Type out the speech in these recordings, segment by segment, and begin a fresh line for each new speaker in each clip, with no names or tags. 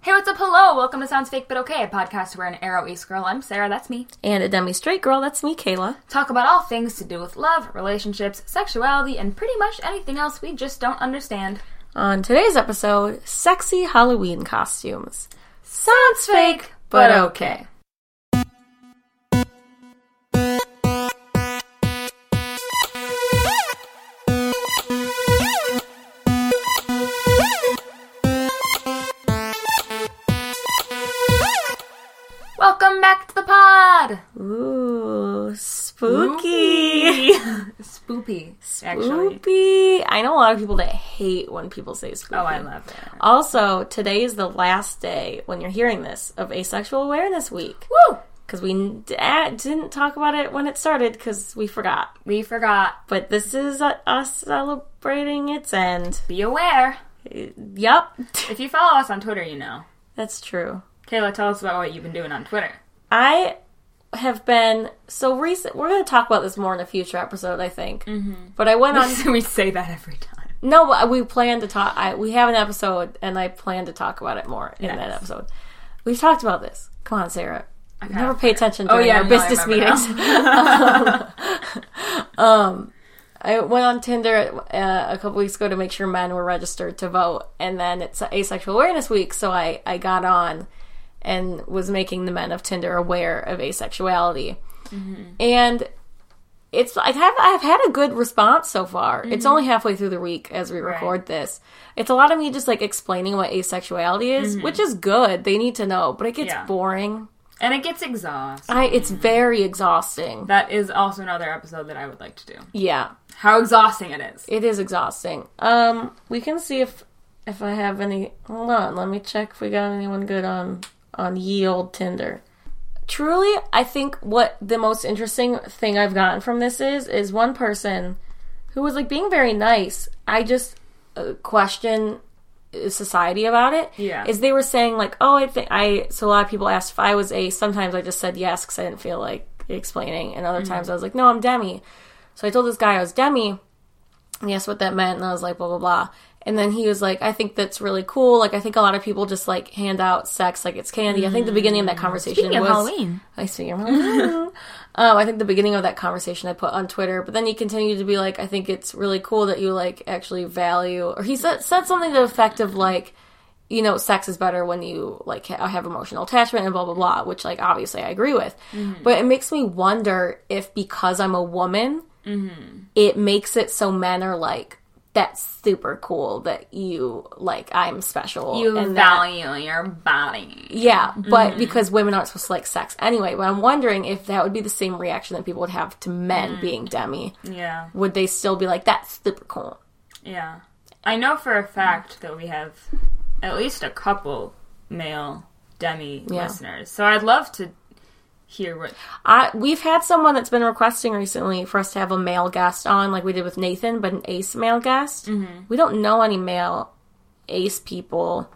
Hey, what's up? Hello. Welcome to Sounds Fake But Okay, a podcast where an arrow East girl, I'm Sarah, that's me,
And a dummy straight girl, that's me, Kayla.
talk about all things to do with love, relationships, sexuality, and pretty much anything else we just don't understand.
On today's episode, sexy Halloween costumes.
Sounds fake,
But okay.
Welcome back to the pod!
Ooh, spooky.
Spoopy, actually.
Spooky. I know a lot of people that hate when people say spooky.
Oh, I love it.
Also, today is the last day when you're hearing this of Asexual Awareness Week
Woo!
because we n- d- ah, didn't talk about it when it started because we forgot.
We forgot.
But this is uh, us celebrating its end.
Be aware.
Yup,
If you follow us on Twitter, you know.
that's true.
Kayla, tell us about what you've been doing on Twitter.
I have been so recent. We're going to talk about this more in a future episode, I think. Mm-hmm. But I went on.
we say that every time.
no, but we plan to talk. I, we have an episode, and I plan to talk about it more in that episode. We've talked about this. Come on, Sarah. You never pay attention during
Oh, yeah,
our
no, I
business
remember now.
meetings. um, I went on Tinder uh, a couple weeks ago to make sure men were registered to vote, and then it's Asexual Awareness Week, so I, I got on and was making the men of Tinder aware of asexuality, and it's I have I've had a good response so far. It's
Mm-hmm.
only halfway through the week as we record this. It's a lot of me just like explaining what asexuality is, which is good. They need to know, but it gets
Mm-hmm. Yeah.
boring.
And it gets exhausting.
I it's very exhausting.
That is also another episode that I would like to do.
Yeah.
How exhausting it is.
It is exhausting. Um, we can see if if I have any. Hold on, let me check if we got anyone good on on ye old Tinder. Truly, I think what the most interesting thing I've gotten from this is is one person who was like being very nice. I just uh, question uh, society about it.
Yeah.
is they were saying like, oh, I think I. So a lot of people asked if I was a. Sometimes I just said yes because I didn't feel like explaining, and other times I was like, no, I'm Demi. So I told this guy I was Demi and he asked what that meant, and I was like, blah, blah, blah. And then he was like, I think that's really cool. Like, I think a lot of people just like hand out sex like it's candy. I think the beginning of that conversation was. I see. I'm like, "Oh." um, I think the beginning of that conversation I put on Twitter, but then he continued to be like, I think it's really cool that you like actually value, or he said, said something to the effect of like, you know, sex is better when you like ha- have emotional attachment and blah blah blah, which like obviously I agree with, but it makes me wonder if because I'm a woman, it makes it so men are like. That's super cool that you like. I'm special.
You
and that-
value your body.
yeah, but because women aren't supposed to like sex anyway, but I'm wondering if that would be the same reaction that people would have to men being demi.
Yeah,
Would they still be like, that's super cool?
yeah. I know for a fact that we have at least a couple male demi
Yeah.
listeners, so I'd love to hear what.
I, we've had someone that's been requesting recently for us to have a male guest on, like we did with Nathan, but an ace male guest. We don't know any male ace people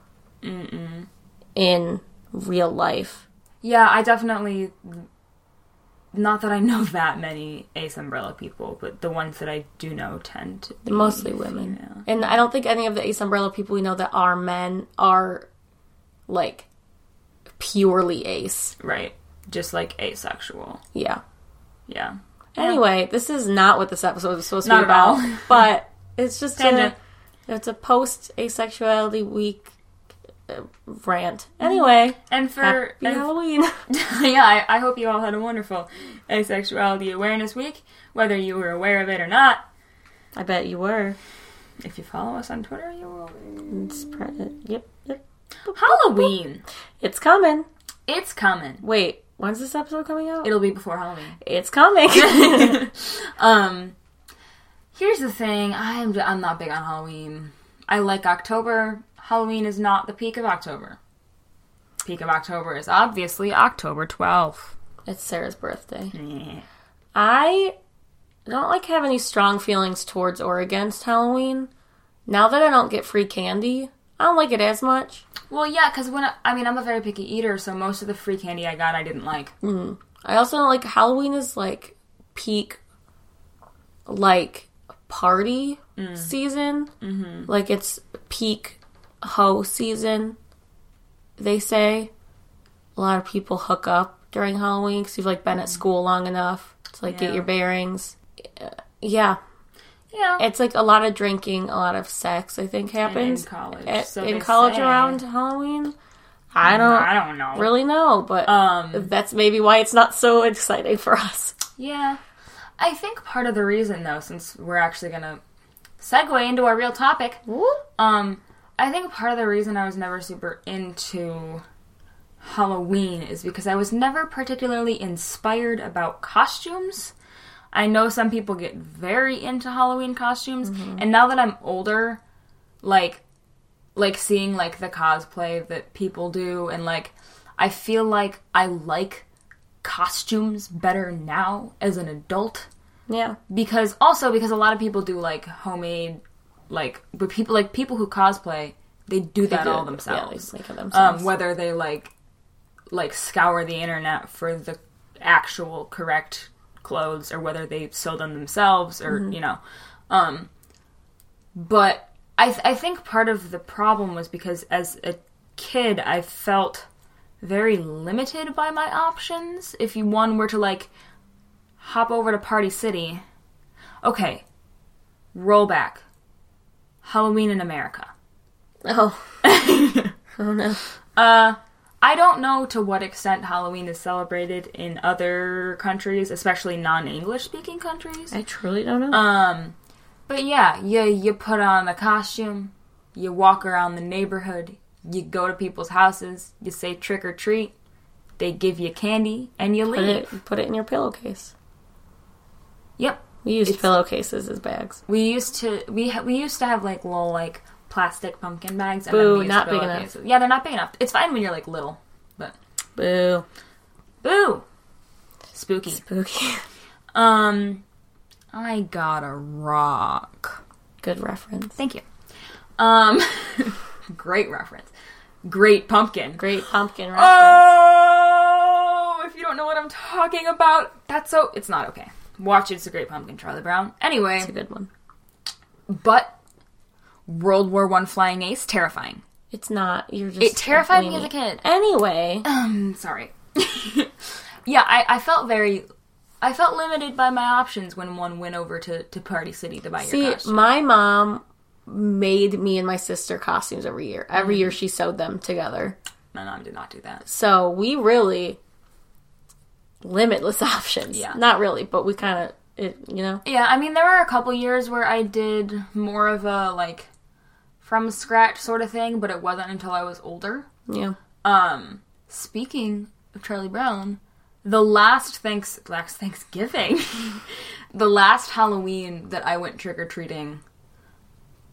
in real life.
Yeah, I definitely. Not that I know that many Ace Umbrella people, but the ones that I do know tend to. Be
Mostly women. And I don't think any of the Ace Umbrella people we know that are men are like purely ace.
right, just like asexual.
Yeah.
Yeah.
Anyway, this is not what this episode is supposed to
Not
be
at all.
about, but it's just
Tangent.
a, it's a post asexuality week uh, rant. Anyway,
And for
happy
Mm-hmm. and
Halloween.
yeah, I, I hope you all had a wonderful Asexuality Awareness Week, whether you were aware of it or not.
I bet you were.
If you follow us on Twitter, you will.
It's pre- yep, yep.
Halloween!
It's coming.
It's coming.
Wait, when's this episode coming out?
It'll be before Halloween.
It's coming.
Um, here's the thing I'm, I'm not big on Halloween. I like October. Halloween is not the peak of October. Peak of October is obviously October 12th.
it's Sarah's birthday.
Meh.
I don't like have any strong feelings towards or against Halloween. Now that I don't get free candy, I don't like it as much.
Well, yeah, because when I, I mean, I'm a very picky eater, so most of the free candy I got I didn't like.
I also don't like Halloween is like peak like
Mm.
party
Mm-hmm.
season. Like it's peak hoe season. they say a lot of people hook up during Halloween because you've like been at school long enough to like
Mm-hmm. Yeah.
get your bearings. Uh, Yeah,
Yeah.
it's like a lot of drinking, a lot of sex. I think happens
college,
At-
so
eh, in
they
college
say.
around Halloween. I don't.
I don't know.
really know, but
Um.
Mm-hmm. that's maybe why it's not so exciting for us.
Yeah. I think part of the reason, though, since we're actually gonna segue into our real topic, um, I think part of the reason I was never super into Halloween is because I was never particularly inspired about costumes. I know some people get very into Halloween costumes, and now that I'm older, like like seeing like the cosplay that people do and like I feel like I like costumes better now as an adult
Yeah,
because also because a lot of people do like homemade like but people like people who cosplay they do that all themselves
Yeah, they make it themselves.
um whether they like like scour the internet for the actual correct clothes or whether they sew them themselves or you know um but I, th- I think part of the problem was because as a kid i felt very limited by my options if you one were to like hop over to party city okay roll back halloween in america
oh, oh no.
uh, I don't know to what extent Halloween is celebrated in other countries, especially non-English speaking countries.
I truly don't know.
Um, but yeah, you you put on a costume, you walk around the neighborhood, you go to people's houses, you say trick or treat, they give you candy, and you
put
leave.
it put it in your pillowcase.
Yep.
We used
It's-
pillowcases as bags.
We used to we ha- we used to have like little like plastic pumpkin bags. And
Boo,
we used
not
to go
big
like
enough.
these. Yeah, they're not big enough. It's fine when you're like little, but
Boo,
boo, spooky.
spooky.
Um, I got a rock.
Good reference.
Thank you. Um, great reference. Great pumpkin.
Great pumpkin reference.
Oh, if you don't know what I'm talking about, that's so. It's not okay. Watch It's a Great Pumpkin, Charlie Brown. Anyway,
It's a good one.
but World War One Flying Ace, terrifying.
It's not. You're just.
It terrified me as a
complaining.
kid.
Anyway,
Um, sorry. yeah, I, I felt very. I felt limited by my options when one went over to, to Party City to buy your
see,
costume.
my mom made me and my sister costumes every year.
Mm.
Every year she sewed them together.
My mom did not do that.
So we really limitless options.
Yeah.
Not really, but we kind of it. You know.
Yeah, I mean, there were a couple years where I did more of a like from scratch sort of thing, but it wasn't until I was older.
Yeah.
Um, speaking of Charlie Brown, the last thanks last Thanksgiving, the last Halloween that I went trick or treating,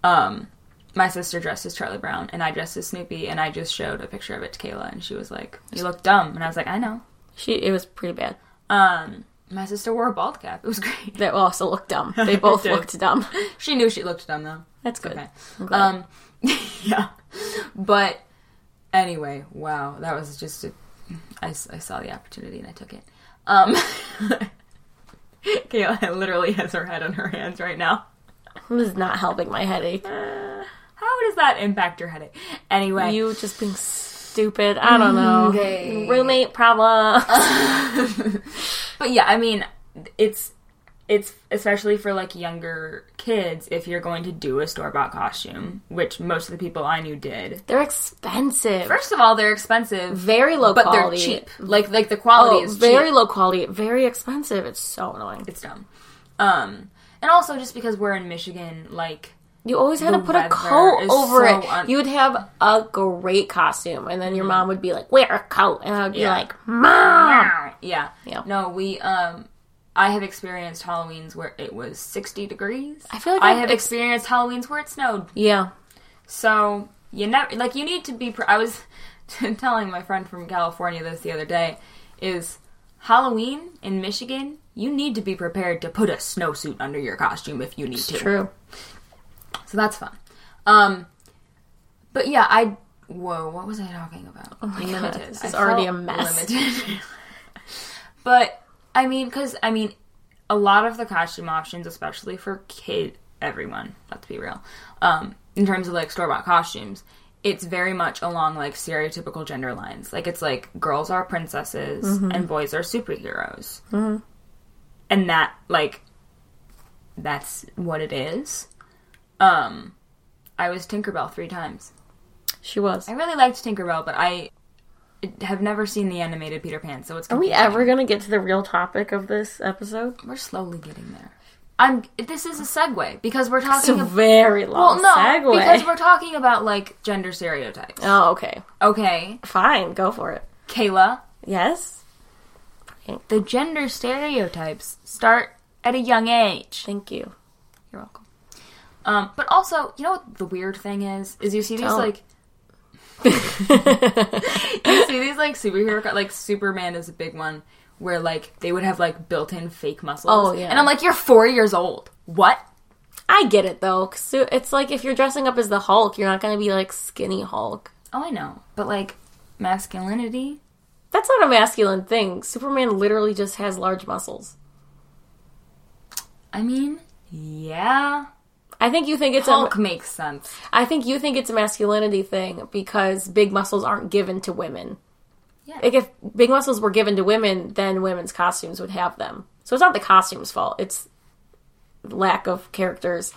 um, my sister dressed as Charlie Brown and I dressed as Snoopy, and I just showed a picture of it to Kayla, and she was like, "You look dumb," and I was like, "I know."
She. It was pretty bad.
Um, my sister wore a bald cap. It was great.
They also looked dumb. They both
did.
looked dumb.
She knew she looked dumb though.
That's good.
Okay.
I'm glad.
Um, yeah. But anyway, wow, that was just a. I, I saw the opportunity and I took it. Um, Kayla literally has her head on her hands right now.
This is not helping my headache.
How does that impact your headache? Anyway,
You just being stupid. I don't know.
Mm-hmm. Okay.
Roommate problem.
but yeah, I mean, it's it's especially for like younger kids if you're going to do a store bought costume, which most of the people I knew did.
They're expensive.
First of all, they're expensive,
very low
but
quality.
they're cheap. Like like the quality
Oh,
is cheap.
very low quality. Very expensive. It's so annoying.
it's dumb. Um, and also just because we're in Michigan, like
You always had to
The
put a
weather
coat
is
over
so
it.
un-
you would have a great costume, and then your mom would be like, "Wear a coat," and I would be like, "Mom."
yeah,
Ah. Yeah.
No, we um, I have experienced Halloweens where it was sixty degrees.
I feel like
I
I've
have
ex-
experienced Halloweens where it snowed.
Yeah,
So you never like you need to be. Pre- I was telling my friend from California this the other day. Is Halloween in Michigan? You need to be prepared to put a snowsuit under your costume if you need to.
true.
So that's fun. Um, but yeah, I. Whoa, what was I talking about? Oh my
God, this is already a mess.
Limited. but I mean, because I mean, a lot of the costume options, especially for kid everyone, let's be real, um, in terms of like store bought costumes, it's very much along like stereotypical gender lines. Like it's like girls are princesses
Mm-hmm.
and boys are superheroes. Mm-hmm. And that like that's what it is. Um I was Tinkerbell 3 times.
She was.
I really liked Tinkerbell, but I have never seen the animated Peter Pan, so it's
Are we ever gonna get to the real topic of this episode?
We're slowly getting there. I'm this is a segue because we're
It's a
talking about
very long
well, no,
segue.
because we're talking about like gender stereotypes.
oh, okay.
Okay,
Fine, go for it.
Kayla,
Yes.
the gender stereotypes start at a young age.
Thank you.
You're welcome. Um, but also, you know what the weird thing is? Is you see these
Don't.
like you see these like superhero co- like Superman is a big one where like they would have like built-in fake muscles.
Oh, yeah.
And I'm like, you're four years old. What?
I get it though, 'cause so- it's like if you're dressing up as the Hulk, you're not gonna be like skinny Hulk.
Oh, I know. But like masculinity.
That's not a masculine thing. Superman literally just has large muscles.
I mean, yeah.
I think you think it's a
Hulk makes sense.
I think you think it's a masculinity thing because big muscles aren't given to women.
Yeah.
Like if big muscles were given to women, then women's costumes would have them. So it's not the costume's fault. It's lack of characters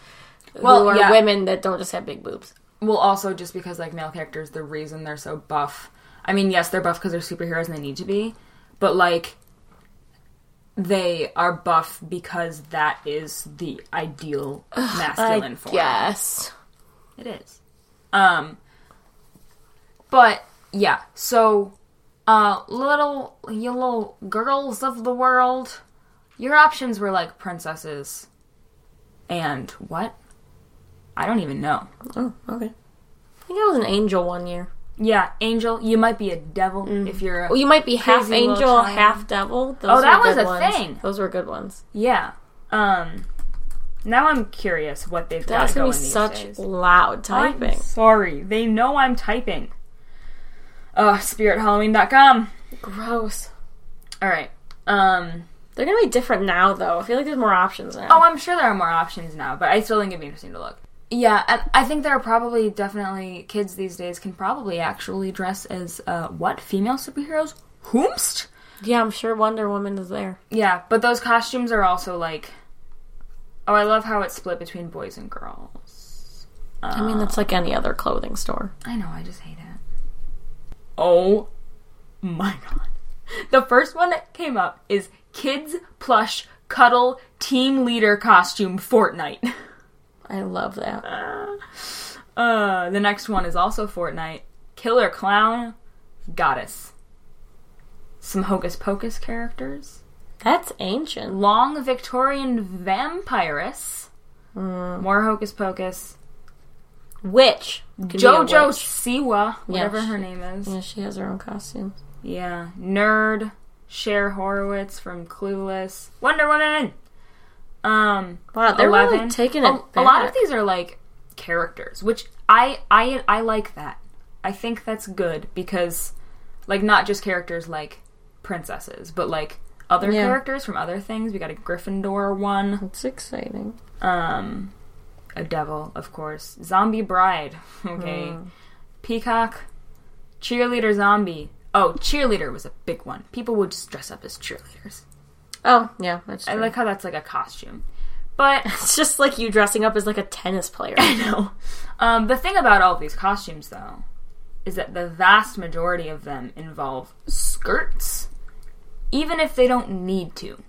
Well,
who are
yeah.
women that don't just have big boobs.
Well, also just because like male characters, the reason they're so buff. I mean, yes, they're buff because they're superheroes and they need to be, but like they are buff because that is the ideal masculine form.
Yes.
It is. Um but yeah, so uh little you little girls of the world, your options were like princesses and what? I don't even know.
Oh, okay. I think I was an angel one year.
Yeah, angel. You might be a devil if you're. A,
Mm-hmm. Well, you might be half
Crazy little
angel,
child.
half devil. Those
Oh, that
were
was
good
a
ones.
thing.
Those were good ones.
yeah. Um. Now I'm curious what they've got
That's
going
gonna be
these
such
days.
loud
I'm
typing.
sorry, they know I'm typing. Uh, spirithalloween.com.
Gross.
All right. Um.
They're gonna be different now, though. I feel like there's more options now.
Oh, I'm sure there are more options now, but I still think it'd be interesting to look. Yeah, and I think there are probably definitely kids these days can probably actually dress as uh what female superheroes? Whomst?
yeah, I'm sure Wonder Woman is there.
Yeah, but those costumes are also like. Oh, I love how it's split between boys and girls.
I mean, that's like any other clothing store.
I know, I just hate it. Oh my god. The first one that came up is Kids Plush Cuddle Team Leader Costume Fortnite.
I love that.
Uh, the next one is also Fortnite Killer Clown Goddess. Some Hocus Pocus characters.
That's ancient.
long Victorian vampiress.
Mm.
More hocus pocus.
Witch. Could be a
Jojo
witch.
Siwa, whatever
she-
her name is. Yeah.
Yeah, she has her own costume.
Nerd. Cher Horowitz from Clueless. Wonder Woman. Um
Wow, they're really
11.
taking
a,
it
a lot of
back.
these are like characters, which I I I like that. I think that's good because like not just characters like princesses, but like other
Yeah.
characters from other things. We got a Gryffindor one.
It's exciting.
Um, a devil, of course. Zombie bride. Okay.
Hmm.
Peacock. Cheerleader zombie. Oh, cheerleader was a big one. People would just dress up as cheerleaders.
Oh, yeah, that's
I
true.
like how that's like a costume. But
it's just like you dressing up as like a tennis player.
I know. Um, the thing about all of these costumes, though, is that the vast majority of them involve skirts, even if they don't need to.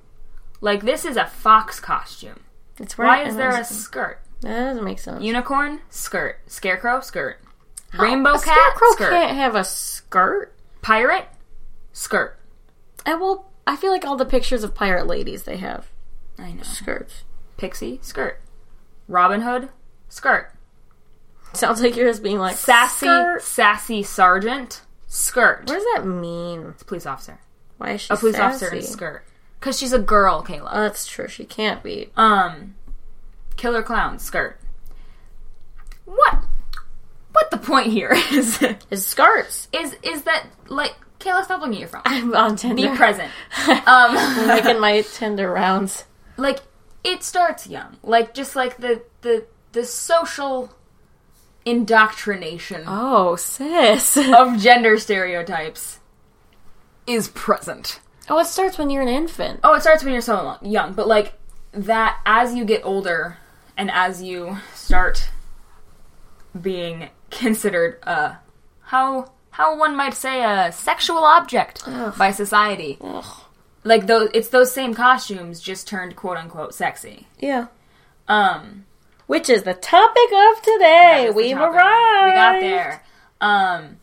Like this is a fox costume.
It's
Why
right-
is
it
there a
was-
skirt?
That doesn't make sense.
Unicorn skirt, scarecrow skirt, rainbow
a
cat
scarecrow
skirt,
can't have a skirt.
pirate skirt.
And well, I feel like all the pictures of pirate ladies they have
I know.
skirts.
Pixie skirt, Robin Hood skirt,
Sounds like you're just being like
sassy
"Skirt."
sassy sergeant skirt.
What does that mean?
It's a police officer.
Why is she
A police
sassy?
officer in a skirt. Cause she's a girl, Kayla.
Oh, that's true. She can't be. Uh,
Um, killer clown skirt. What? What the point here is
It's skirts.
is is that like Kayla? Stop looking at your phone.
I'm on Tinder.
Be present. Um.
I'm making my Tinder rounds.
like it starts young like just like the the the social indoctrination
Oh, sis.
of gender stereotypes is present.
Oh, it starts when you're an infant.
Oh, it starts when you're so lo- young, but like that as you get older and as you start being considered a how how one might say a sexual object by society. Like those it's those same costumes just turned quote unquote sexy.
Yeah.
Um
Which is the topic of today.
That was the
We've
topic.
arrived.
We got there. Um,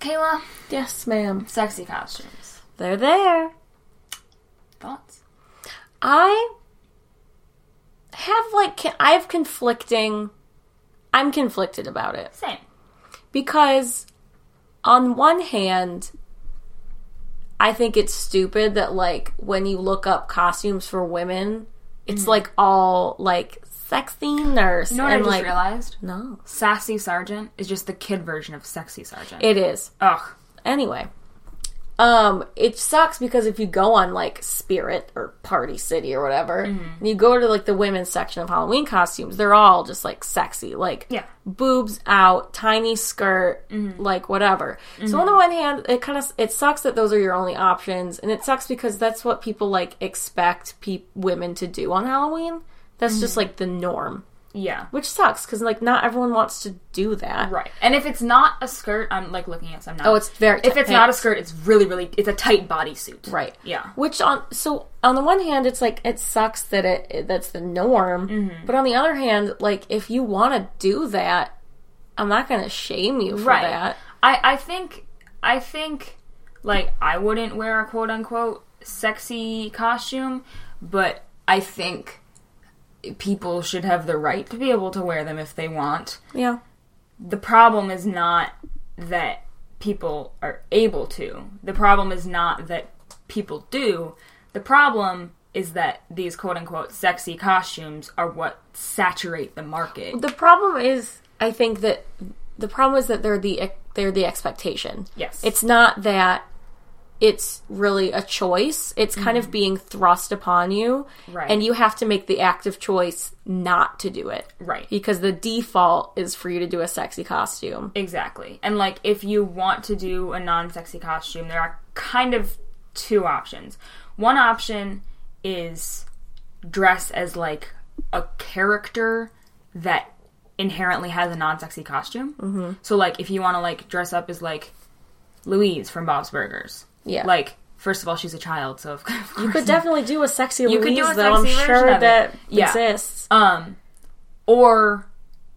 Kayla,
Yes, ma'am.
sexy costumes.
They're there.
Thoughts?
I have like con- I have conflicting. I'm conflicted about it
Same.
because, on one hand, I think it's stupid that like when you look up costumes for women, it's like all like sexy nurse
Mm. You know what I
and
just
like
realized?
no,
Sassy Sergeant is just the kid version of Sexy Sergeant.
it is.
Ugh.
anyway um it sucks because if you go on like spirit or party city or whatever
Mm-hmm.
and you go to like the women's section of halloween costumes they're all just like sexy like
Yeah. Mm-hmm.
boobs out tiny skirt like whatever so on the one hand it kind of it sucks that those are your only options and it sucks because that's what people like expect pe- women to do on halloween that's
Mm-hmm.
just like the norm
Yeah.
which sucks because like not everyone wants to do that
Right. And if it's not a skirt, I'm like looking at some now.
oh it's very
if it's not a skirt, it's really, really, it's a tight bodysuit.
Right.
Yeah.
Which on so on the one hand, it's like it sucks that it, it- that's the norm,
Mm-hmm.
but on the other hand, like if you want to do that, I'm not gonna shame you for
Right.
that.
I, I think, I think, like, I wouldn't wear a quote unquote sexy costume, but I think people should have the right to be able to wear them if they want.
Yeah.
The problem is not that people are able to, the problem is not that people do. The problem is that these quote unquote sexy costumes are what saturate the market.
The problem is, I think that the problem is that they're the ex- they're the expectation.
Yes.
It's not that it's really a choice. It's kind of being thrust upon you,
Mm-hmm. Right.
and you have to make the active choice not to do it.
right.
Because the default is for you to do a sexy costume.
Exactly. And like if you want to do a non-sexy costume, there are kind of two options. One option is dress as like a character that inherently has a non-sexy costume. Mm-hmm. So like if you want to like dress up as like Louise from Bob's Burgers.
Yeah.
Like first of all she's a child, so of course
could definitely do a sexy you
could do a sexy
though. I'm
version
sure
of it.
that
Yeah.
exists.
Um, or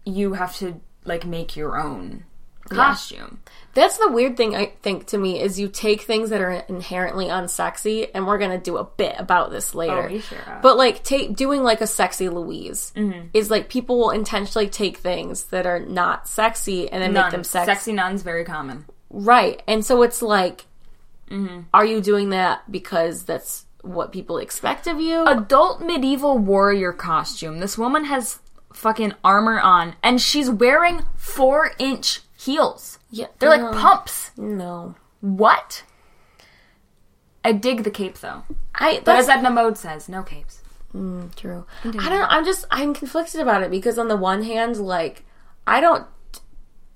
you have to like make your own costume.
That's the weird thing I think to me is you take things that are inherently unsexy, and we're gonna do a bit about this later.
we sure are.
But like ta- doing like a sexy Louise is like people will intentionally take things that are not sexy and then make them
Nuns.
sexy,
Sexy nuns very common.
right? And so it's like, are you doing that because that's what people expect of you?
adult medieval warrior costume. This woman has fucking armor on, and she's wearing four inch heels.
yeah,
They're like pumps.
no.
What? I dig the cape though.
I
But
that's
as Edna Mode says, no capes.
True. I don't. I'm just. I'm conflicted about it because on the one hand, like, I don't.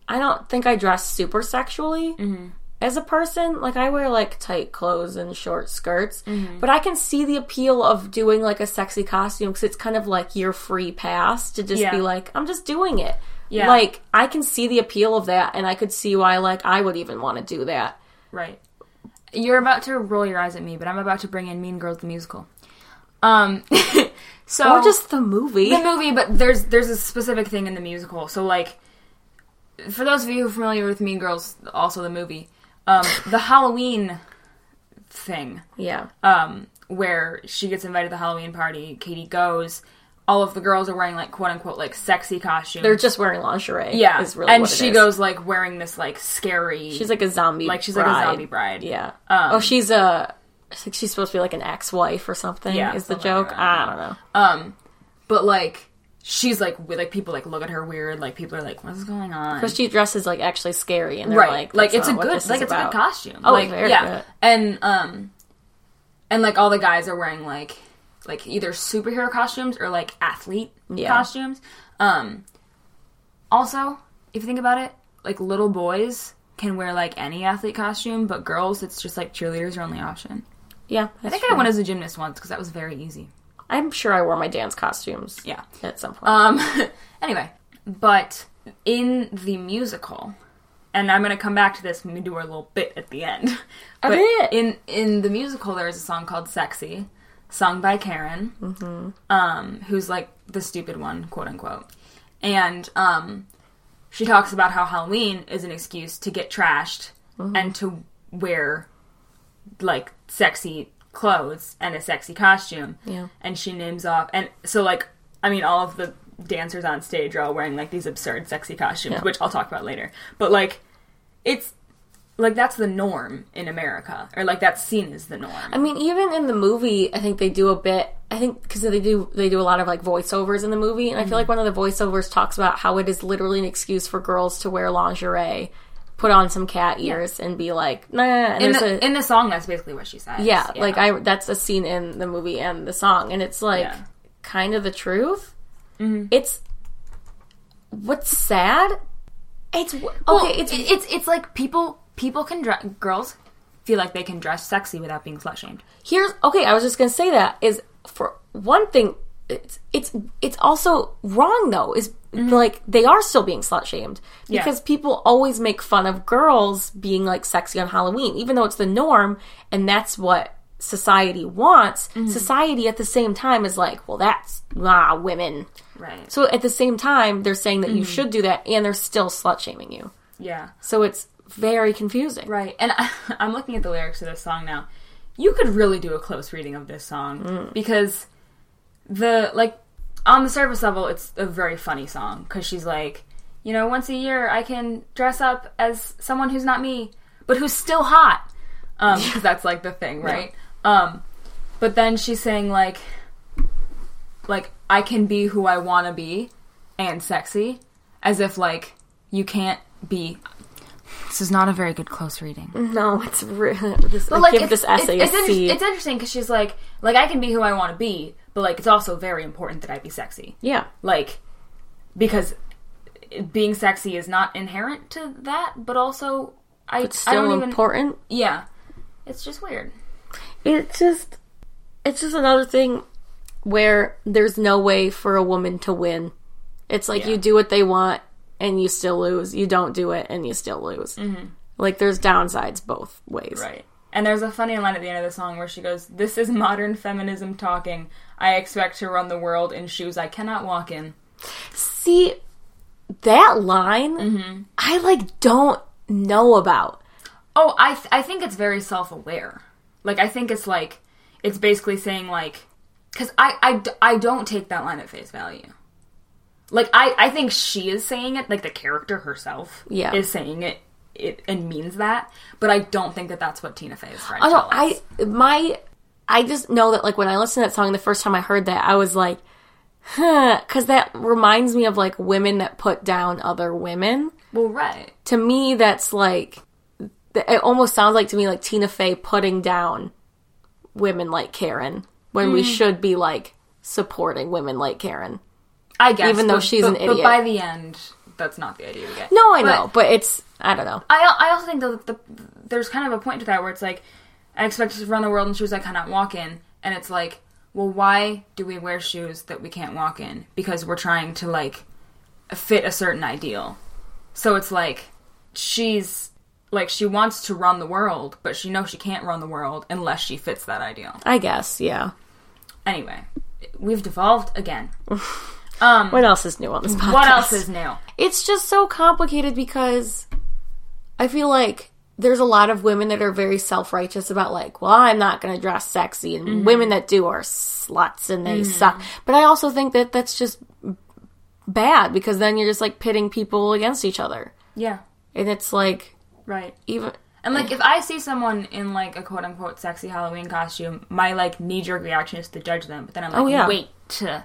I don't think I dress super sexually
Mm-hmm.
as a person. Like, I wear like tight clothes and short skirts,
Mm-hmm.
but I can see the appeal of doing like a sexy costume because it's kind of like your free pass to just
Yeah.
be like, I'm just doing it.
Yeah.
Like, I can see the appeal of that, and I could see why like I would even want to do that.
Right. You're about to roll your eyes at me, but I'm about to bring in Mean Girls the musical. Um, so
Or just the movie.
the movie, but there's there's a specific thing in the musical. So like, for those of you who are familiar with Mean Girls, also the movie, um, the Halloween thing
yeah.
um, where she gets invited to the Halloween party. Katie goes. All of the girls are wearing like quote unquote like sexy costumes.
They're just wearing lingerie.
yeah,
Is really
and
what it
she
is.
goes like wearing this like scary.
She's like a zombie.
like she's like a zombie bride.
Yeah.
Um,
oh, she's a. I think she's supposed to be like an ex-wife or something.
Yeah,
is the
something
joke?
like
I don't know.
but like she's like we- like people like look at her weird. Like people are like, what's going on?
But she dresses like actually scary, and they're
right
like,
like,
"That's
it's a
not what
good
this
like
is
it's a
about."
good costume
Oh,
like
very
yeah
good.
and um and like all the guys are wearing like like either superhero costumes or like athlete
Yeah.
costumes um Also, if you think about it, like little boys can wear like any athlete costume, but girls, it's just like cheerleaders are only option.
Yeah,
I think I went as a gymnast once because that was very easy.
I'm sure I wore my dance costumes.
Yeah.
at some point.
Um, anyway, but in the musical, and I'm gonna come back to this and do our little bit at the end.
A
But
bit.
in in the musical, there is a song called "Sexy," sung by Karen,
Mm-hmm.
um, who's like the stupid one, quote unquote, and um, she talks about how Halloween is an excuse to get trashed
Mm-hmm.
and to wear like sexy clothes and a sexy costume.
Yeah.
And she names off and so like I mean all of the dancers on stage are all wearing like these absurd sexy costumes,
Yeah.
which I'll talk about later. But like it's like that's the norm in America. Or like that's seen as the norm.
I mean, even in the movie, I think they do a bit. I think because they do they do a lot of like voiceovers in the movie, and I
Mm-hmm.
feel like one of the voiceovers talks about how it is literally an excuse for girls to wear lingerie, put on some cat ears, and be like, nah. And
in
there's
the,
a-
in the song that's basically what she says.
yeah, like I that's a scene in the movie and the song, and it's like
Yeah. Mm-hmm.
kind of the truth. It's what's sad. It's okay.
Well,
it's
it- it's it's like people people can dress girls feel like they can dress sexy without being slut shamed.
here's okay i was just gonna say that is for one thing it's it's it's also wrong though is
Mm-hmm.
like they are still being slut shamed because people always make fun of girls being like sexy on halloween even though it's the norm and that's what society wants
Mm-hmm.
society at the same time is like well that's ah women
Right.
so at the same time they're saying that
Mm-hmm.
you should do that and they're still slut shaming you
yeah.
so it's very confusing
Right. And I, I'm looking at the lyrics of this song now. You could really do a close reading of this song because the like on the surface level it's a very funny song cuz she's like, you know, once a year I can dress up as someone who's not me but who's still hot. Um 'cause that's like the thing, right? Um but then she's saying like like I can be who I want to be and sexy as if like you can't be this is not a very good close reading.
no it's really this, I give this essay
it's,
a
inter-
C.
it's interesting because she's like, like I can be who I want to be, but like it's also very important that I be sexy.
yeah
Like, because being sexy is not inherent to that, but also I, I
still
don't even.
important.
Yeah, it's just weird.
It's just it's just another thing where there's no way for a woman to win. It's like you do what they want and you still lose. You don't do it and you still lose. Like there's downsides both ways.
Right. And there's a funny line at the end of the song where she goes, "This is modern feminism talking. I expect to run the world in shoes I cannot walk in."
See that line I like don't know about.
Oh, I th- I think it's very self aware. Like I think it's like it's basically saying like because I, I d- I don't take that line at face value. Like I I think she is saying it like the character herself
Yeah.
is saying it. It, and means that, but I don't think that that's what Tina Fey is trying to
I
tell
don't.
us.
I my I just know that like when I listened to that song the first time I heard that I was like, huh, because that reminds me of like women that put down other women.
well, right,
To me, that's like th- it almost sounds like to me like Tina Fey putting down women like Karen when we
Mm.
should be like supporting women like Karen.
I guess.
Even though
but-
she's
but-
an idiot.
but by the end, that's not the idea we get.
No, I
But-
know, but it's I don't know.
I, I also think that the, there's kind of a point to that where it's like, I expect to run the world in shoes I cannot walk in, and it's like, well, why do we wear shoes that we can't walk in? Because we're trying to like fit a certain ideal. So it's like she's like she wants to run the world, but she knows she can't run the world unless she fits that ideal.
I guess yeah.
Anyway, we've devolved again.
What else is new on this podcast?
What else is new?
it's just so complicated because I feel like there's a lot of women that are very self righteous about like, well, I'm not going to dress sexy, and women that do are sluts and they suck. But I also think that that's just bad because then you're just like pitting people against each other,
Yeah,
and it's like
right.
even
And like, if I see someone in like a quote unquote sexy Halloween costume, my like knee jerk reaction is to judge them. But then I'm like,
yeah.
wait, to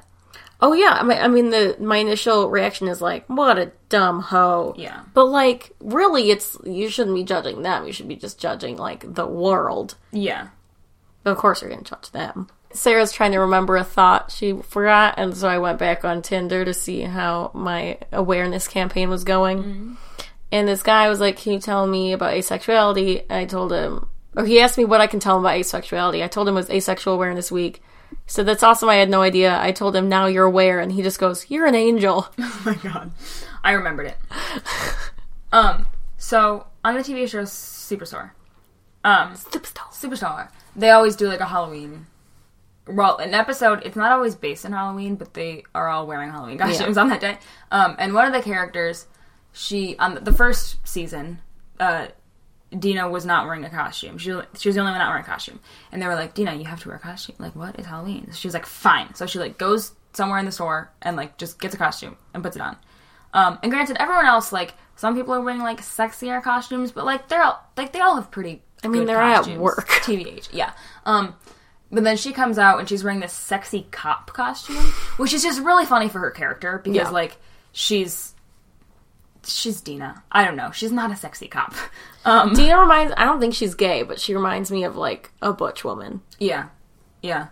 oh yeah, I mean, I mean the my initial reaction is like, what a dumb hoe,
Yeah.
But like, really, it's you shouldn't be judging them. You should be just judging like the world.
yeah,
But of course, you're going to touch them. Sarah's trying to remember a thought she forgot, and so I went back on Tinder to see how my awareness campaign was going.
Mm-hmm.
And this guy was like, Can you tell me about asexuality? And I told him, or he asked me what I can tell him about asexuality. I told him it was Asexual Awareness Week. He said, That's awesome. I had no idea. I told him, Now you're aware. And he just goes, You're an angel.
Oh my god. I remembered it. um, so on the TV show Superstore, um, Superstar. They always do like a Halloween. Well, an episode. It's not always based on Halloween, but they are all wearing Halloween costumes on that day. Um, and one of the characters, she on the, the first season, uh, Dina was not wearing a costume. She was- she was the only one not wearing a costume. And they were like, Dina, you have to wear a costume. Like, what is Halloween? So she was like, fine. So she like goes somewhere in the store and like just gets a costume and puts it on. Um, and granted, everyone else like some people are wearing like sexier costumes, but like they're all like they all have pretty. I
mean, they're at work.
TBH, yeah. Um, but then she comes out and she's wearing this sexy cop costume, which is just really funny for her character because
Yeah.
like she's she's Dina. I don't know. She's not a sexy cop. Um,
Dina reminds, I don't think she's gay, but she reminds me of like a butch woman.
Yeah. Yeah.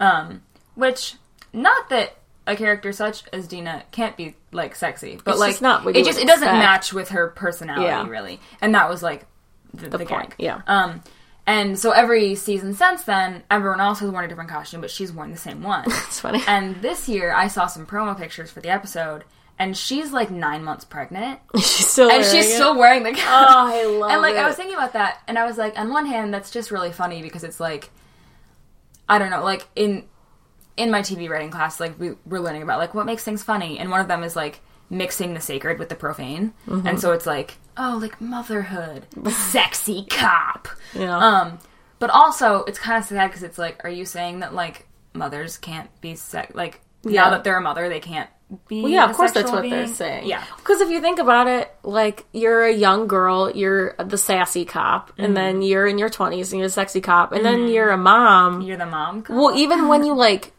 Um, which, not that a character such as Dina can't be, like, sexy, but,
It's
like,
just not what you
it just,
would
it doesn't
expect.
match with her personality,
Yeah.
really. And that was, like, the, the,
point,
gag.
yeah.
Um, and so every season since then, everyone else has worn a different costume, but she's worn the same one.
It's funny.
and this year, I saw some promo pictures for the episode, and she's, like, nine months pregnant,
she's still
and
wearing
she's
it.
still wearing the costume.
Oh, I love
And like
it.
I was thinking about that, and I was like, on one hand, that's just really funny because it's like, I don't know, like in in my TV writing class, like we we're learning about like what makes things funny, and one of them is like mixing the sacred with the profane,
Mm-hmm.
and so it's like, oh, like motherhood, sexy cop.
Yeah.
Um, but also it's kind of sad because it's like, are you saying that like mothers can't be sex? Like
Yeah.
now that they're a mother, they can't be.
Well, yeah,
a
of course that's
sexual
what they're
being?
saying.
Yeah.
Because if you think about it, like, you're a young girl, you're the sassy cop,
Mm-hmm.
and then you're in your 20s and you're a sexy cop, and then you're a mom.
You're the mom. cop?
Well, even when you, like,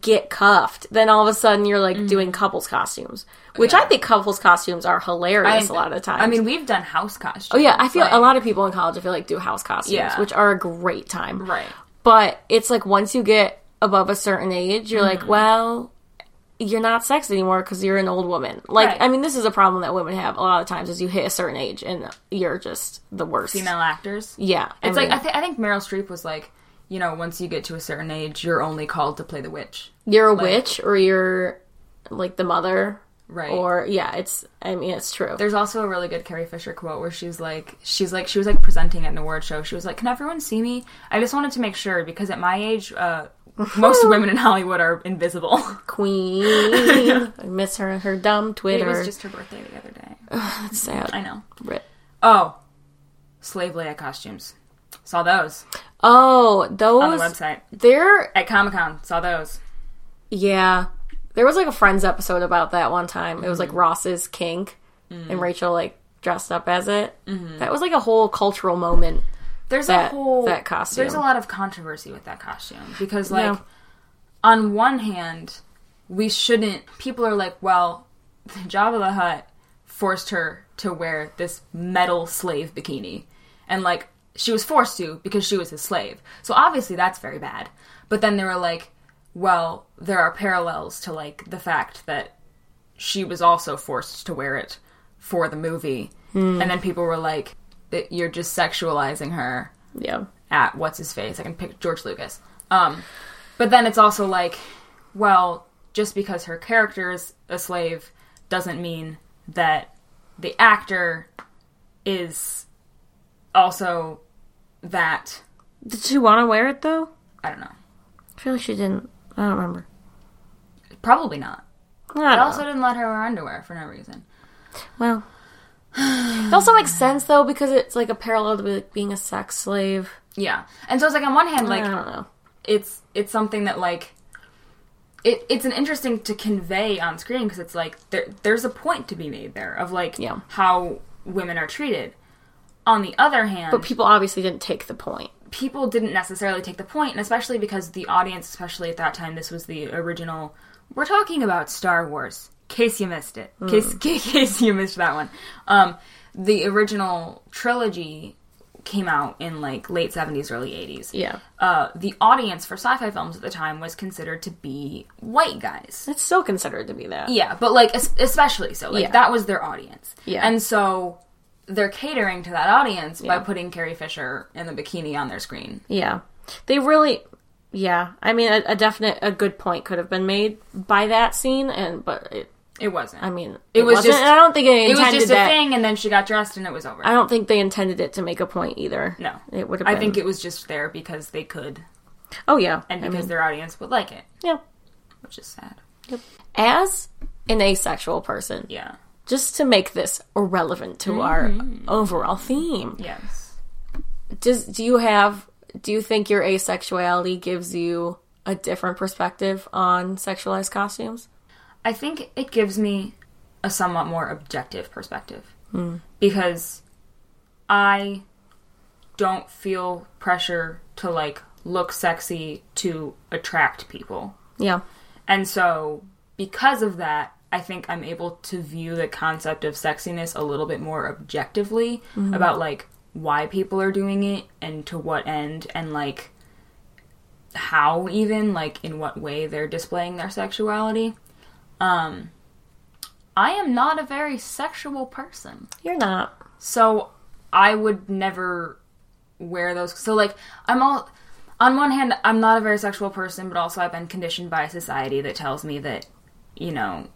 get cuffed, then all of a sudden you're, like,
Mm-hmm.
doing couples costumes, which I think couples costumes are hilarious a lot of the time.
Oh, I mean, we've done house costumes.
yeah, I feel
like-
a lot of people in college, I feel like, do house costumes,
Yeah.
which are a great time.
Right.
But it's like once you get above a certain age, you're
Mm-hmm.
like, well, you're not sexy anymore because you're an old woman. Like,
Right.
I mean, this is a problem that women have a lot of times is you hit a certain age and you're just the worst.
Female actors.
Yeah.
It's like I, th- I think Meryl Streep was like, you know, once you get to a certain age, you're only called to play the witch.
you're a witch or you're like the mother.
Right.
Or, yeah, it's, I mean, it's true.
There's also a really good Carrie Fisher quote where she's like, she's like, she was like presenting at an award show. She was like, "Can everyone see me? I just wanted to make sure because at my age, uh, most women in Hollywood are invisible."
Queen. I miss her, her dumb
it
Twitter.
was just her birthday the other day.
That's sad.
I know.
Rip.
Oh, slave Leia costumes. Saw those
Oh, those.
on the website
They're
at Comic Con. Saw those.
Yeah. There was like a Friends episode about that one time. It was like Ross's kink and Rachel like dressed up as it. That was like a whole cultural moment.
There's
that-
a whole
that costume.
There's a lot of controversy with that costume because, like,
Yeah.
on one hand, we shouldn't. People are like, well, Jabba the Hutt forced her to wear this metal slave bikini, and like she was forced to because she was his slave. So obviously that's very bad. But then they were like, well, there are parallels to like the fact that she was also forced to wear it for the movie, and then people were like, that you're just sexualizing her
Yeah.
at what's his face. I can pick George Lucas. Um, but then it's also like, well, just because her character is a slave doesn't mean that the actor is also that.
Did she want to wear it though?
I don't know.
I feel like she didn't. I don't remember.
Probably not.
I don't
I also
know.
didn't let her wear underwear for no reason.
Well, it also makes sense though because it's like a parallel to like, being a sex slave.
Yeah, and so it's like on one hand, like
I don't know.
it's it's something that like it, it's an interesting to convey on screen because it's like there, there's a point to be made there of like
Yeah.
how women are treated. On the other hand,
But people obviously didn't take the point.
people didn't necessarily take the point, and especially because the audience, especially at that time, this was the original. We're talking about Star Wars. Case you missed it.
Hmm.
Case, case you missed that one. Um, the original trilogy came out in like late 70s, early 80s.
Yeah.
Uh, the audience for sci-fi films at the time was considered to be white guys.
It's still considered to be that.
Yeah, but like es- especially so, like
Yeah.
that was their audience.
Yeah.
and so they're catering to that audience by putting Carrie Fisher in the bikini on their screen.
Yeah. They really yeah. I mean a, a definite a good point could have been made by that scene and but it,
It wasn't.
I mean
It was
wasn't-
just-
I don't think they
it
intended
was just a
that.
thing, and then she got dressed, and it was over.
I don't think they intended it to make a point either.
no,
It would have
I
been
think it was just there because they could,
Oh yeah.
and
I
because
mean,
their audience would like it,
yeah.
which is sad.
As an asexual person,
Yeah.
just to make this relevant to
Mm-hmm.
our overall theme.
Yes.
does do you have do you think your asexuality gives you a different perspective on sexualized costumes?
I think it gives me a somewhat more objective perspective because I don't feel pressure to like look sexy to attract people.
Yeah.
And so, because of that, I think I'm able to view the concept of sexiness a little bit more objectively about like why people are doing it and to what end and like how even like in what way they're displaying their sexuality. Um I am not a very sexual person.
You're not.
So I would never wear those. So like I'm all on one hand I'm not a very sexual person, but also I've been conditioned by society that tells me that you know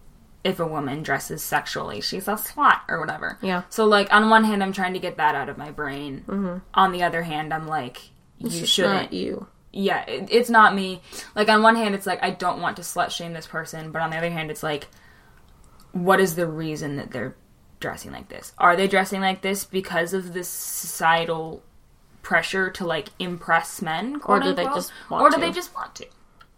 if a woman dresses sexually, she's a slut or whatever.
Yeah.
So like on one hand I'm trying to get that out of my brain. On the other hand I'm like you
It's
shouldn't.
not you.
Yeah, it, it's not me. Like on one hand it's like I don't want to slut shame this person, but on the other hand it's like what is the reason that they're dressing like this? Are they dressing like this because of this societal pressor to like impress men,
Or do
quote,
they
unquote?
just want
or do
to?
they just want to?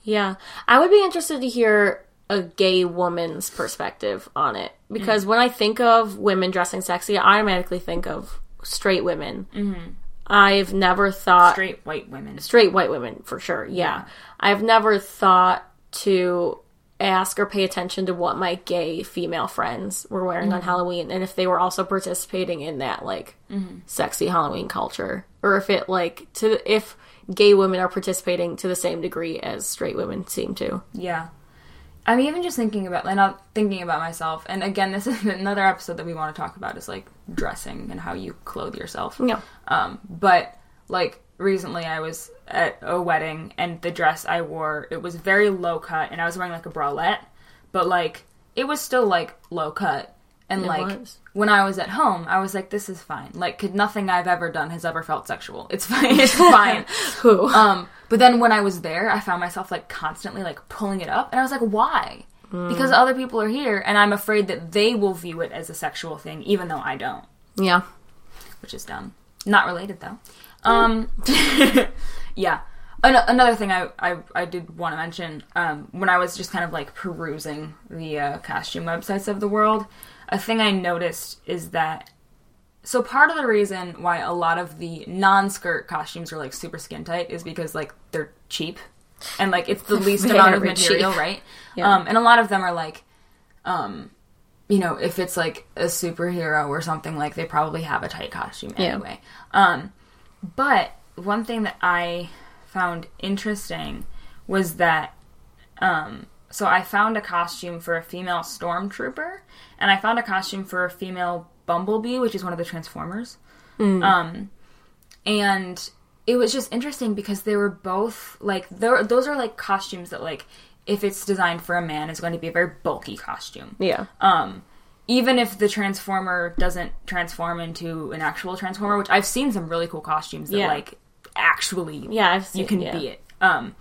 Yeah. I would be interested to hear a gay woman's perspective on it because when I think of women dressing sexy, I automatically think of straight women. Mm-hmm. I've never thought
Straight white women.
straight white women for sure. Yeah. I've never thought to ask or pay attention to what my gay female friends were wearing
Mm-hmm.
on Halloween and if they were also participating in that like
Mm-hmm.
sexy Halloween culture or if it like to if gay women are participating to the same degree as straight women seem to.
Yeah. I'm even just thinking about and I'm thinking about myself and again this is another episode that we want to talk about is like dressing and how you clothe yourself.
Yeah.
Um, but like recently, I was at a wedding, and the dress I wore it was very low cut, and I was wearing like a bralette, but like it was still like low cut, and like
was.
when I was at home, I was like, this is fine. Like, could nothing I've ever done has ever felt sexual. It's fine. It's fine.
Who?
Um, but then when I was there, I found myself like constantly like pulling it up, and I was like, why?
Mm.
Because other people are here, and I'm afraid that they will view it as a sexual thing, even though I don't
yeah.
which is dumb. Not related though. Um, yeah. An- another thing I, I, I did want to mention um, when I was just kind of like perusing the uh, costume websites of the world, a thing I noticed is that. So part of the reason why a lot of the non-skirt costumes are like super skin tight is because like they're cheap, and like it's the least amount of
Very
material,
cheap.
right?
Yeah.
Um, and a lot of them are like you know, if it's like a superhero or something, like they probably have a tight costume anyway. Um, but one thing that I found interesting was that, um, so I found a costume for a female stormtrooper, and I found a costume for a female bumblebee, which is one of the Transformers. Um, and it was just interesting because they were both like they're- those are like costumes that like if it's designed for a man is going to be a very bulky costume
Yeah.
even if the transformer doesn't transform into an actual transformer, which I've seen some really cool costumes that
Yeah.
like actually
yeah, I've seen
you can
yeah.
be it. Um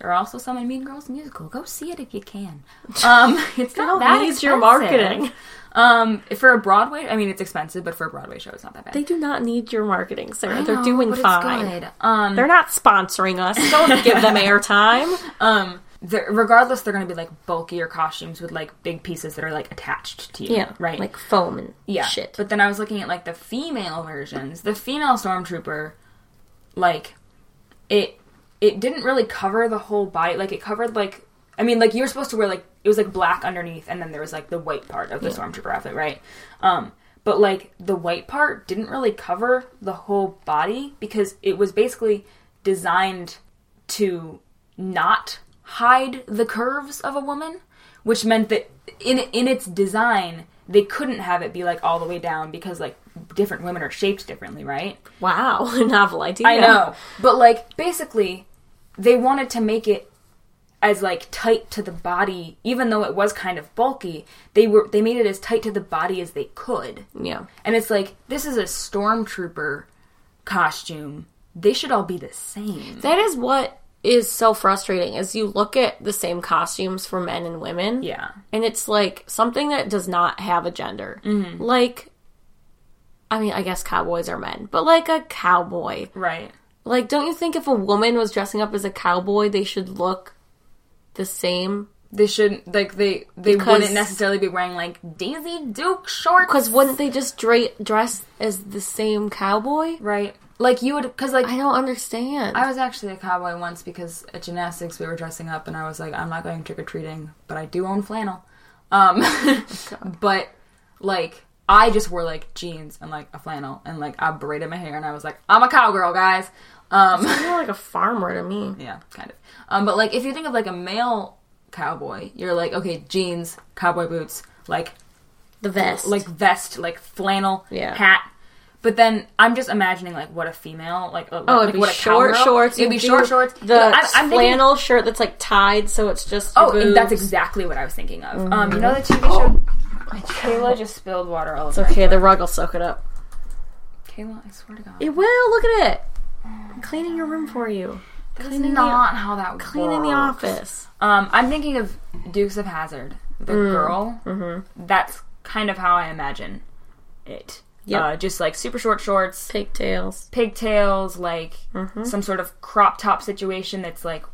there are also some in Mean Girls musical. Go see it if you can. Um it's not
Girl
that
needs your
expensive.
marketing.
Um for a Broadway, I mean it's expensive, but for a Broadway show it's not that bad.
They do not need your marketing, Sarah. They're
No,
doing
but it's
fine.
good. Um
They're not sponsoring us. Don't give them airtime.
um they're- regardless they're going to be like bulkier costumes with like big pieces that are like attached to you,
Yeah.
right?
Like foam and
yeah.
shit.
But then I was looking at like the female versions. The female stormtrooper, like, it it didn't really cover the whole body. Like it covered like I mean like you were supposed to wear like it was like black underneath and then there was like the white part of the stormtrooper outfit, right? Um, but like the white part didn't really cover the whole body because it was basically designed to not hide the curves of a woman, which meant that in in its design they couldn't have it be like all the way down because like different women are shaped differently, right?
Wow, novel idea.
I know. But like basically they wanted to make it as like tight to the body even though it was kind of bulky. They were they made it as tight to the body as they could.
Yeah.
And it's like this is a stormtrooper costume. They should all be the same.
That is what is so frustrating is you look at the same costumes for men and women.
Yeah.
And it's like something that does not have a gender. Like I mean, I guess cowboys are men, but like a cowboy.
Right.
Like don't you think if a woman was dressing up as a cowboy, they should look the same?
They shouldn't like they they
Because-
wouldn't necessarily be wearing like Daisy Duke shorts.
Cuz wouldn't they just dra- dress as the same cowboy?
right. Like you would cuz like
I don't understand.
I was actually a cowboy once because at gymnastics we were dressing up, and I was like, I'm not going trick or treating, but I do own flannel. Um, but like, I just wore like jeans and like a flannel, and like I braided my hair, and I was like, I'm a cowgirl, guys. Um,
You're like a farmer to me.
yeah, kind of. Um, but like, if you think of like a male cowboy, you're like, okay, jeans, cowboy boots, like
The vest.
like vest, like flannel,
Yeah.
hat. But then I'm just imagining like what a female like oh
Oh,
like,
it'd be
what a
short
cowgirl-
shorts.
It'd be
You'd do
short shorts.
The
I'm- I'm thinking-
flannel shirt that's like tied, so it's just
Oh,
your
and that's
boobs.
exactly what I was thinking of. Um, you know
Mm-hmm.
the TV show. Kayla just spilled water all over.
Oh, It's okay. The rug will soak it up.
Kayla, I swear to God,
It will. Look at it. I'm cleaning your room for you.
that's
cleaning the-
not how that works.
Cleaning the office.
Um, I'm thinking of Dukes of Hazard, the girl. Mm-hmm. That's kind of how I imagine it.
Yep.
Uh, just like super short shorts,
Pigtails.
pigtails, like some sort of crop top situation that's like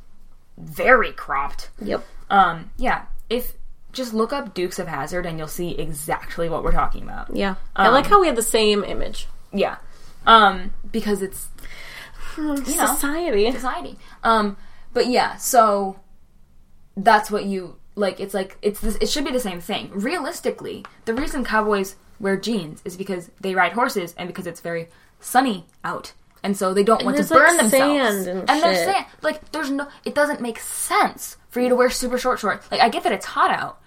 very cropped.
Yep.
Um, yeah. If just look up Dukes of Hazard and you'll see exactly what we're talking about.
Yeah. I like how we had the same image.
Yeah. Um, because it's know.
Society.
society. Um, but yeah, so that's what you like. It's like it's this, it should be the same thing. Realistically, the reason cowboys wear jeans is because they ride horses and because it's very sunny out, and so they don't want to
there's, like,
burn themselves.
sand and
there's
shit.
sand. Like there's no, it doesn't make sense for you to wear super short shorts. Like I get that it's hot out.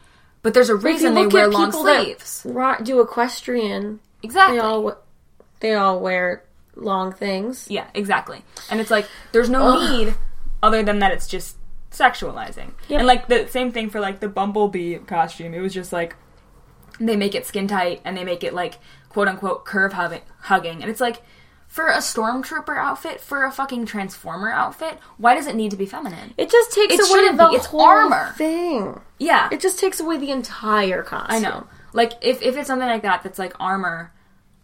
But there's a reason they wear long sleeves.
that ro- do equestrian,
exactly.
they all w- they all wear long things.
Yeah, exactly. And it's like there's no need other than that it's just sexualizing.
Yep.
And like the same thing for like the bumblebee costume. It was just like they make it skin tight and they make it like quote unquote curve hugging, hugging. and it's like for a stormtrooper outfit, for a fucking transformer outfit, why does it need to be feminine?
It just takes
It
away
shouldn't
the
be. It's
whole
armor.
thing.
Yeah,
It just takes away the entire costume.
I know. Like if if it's something like that that's like armor.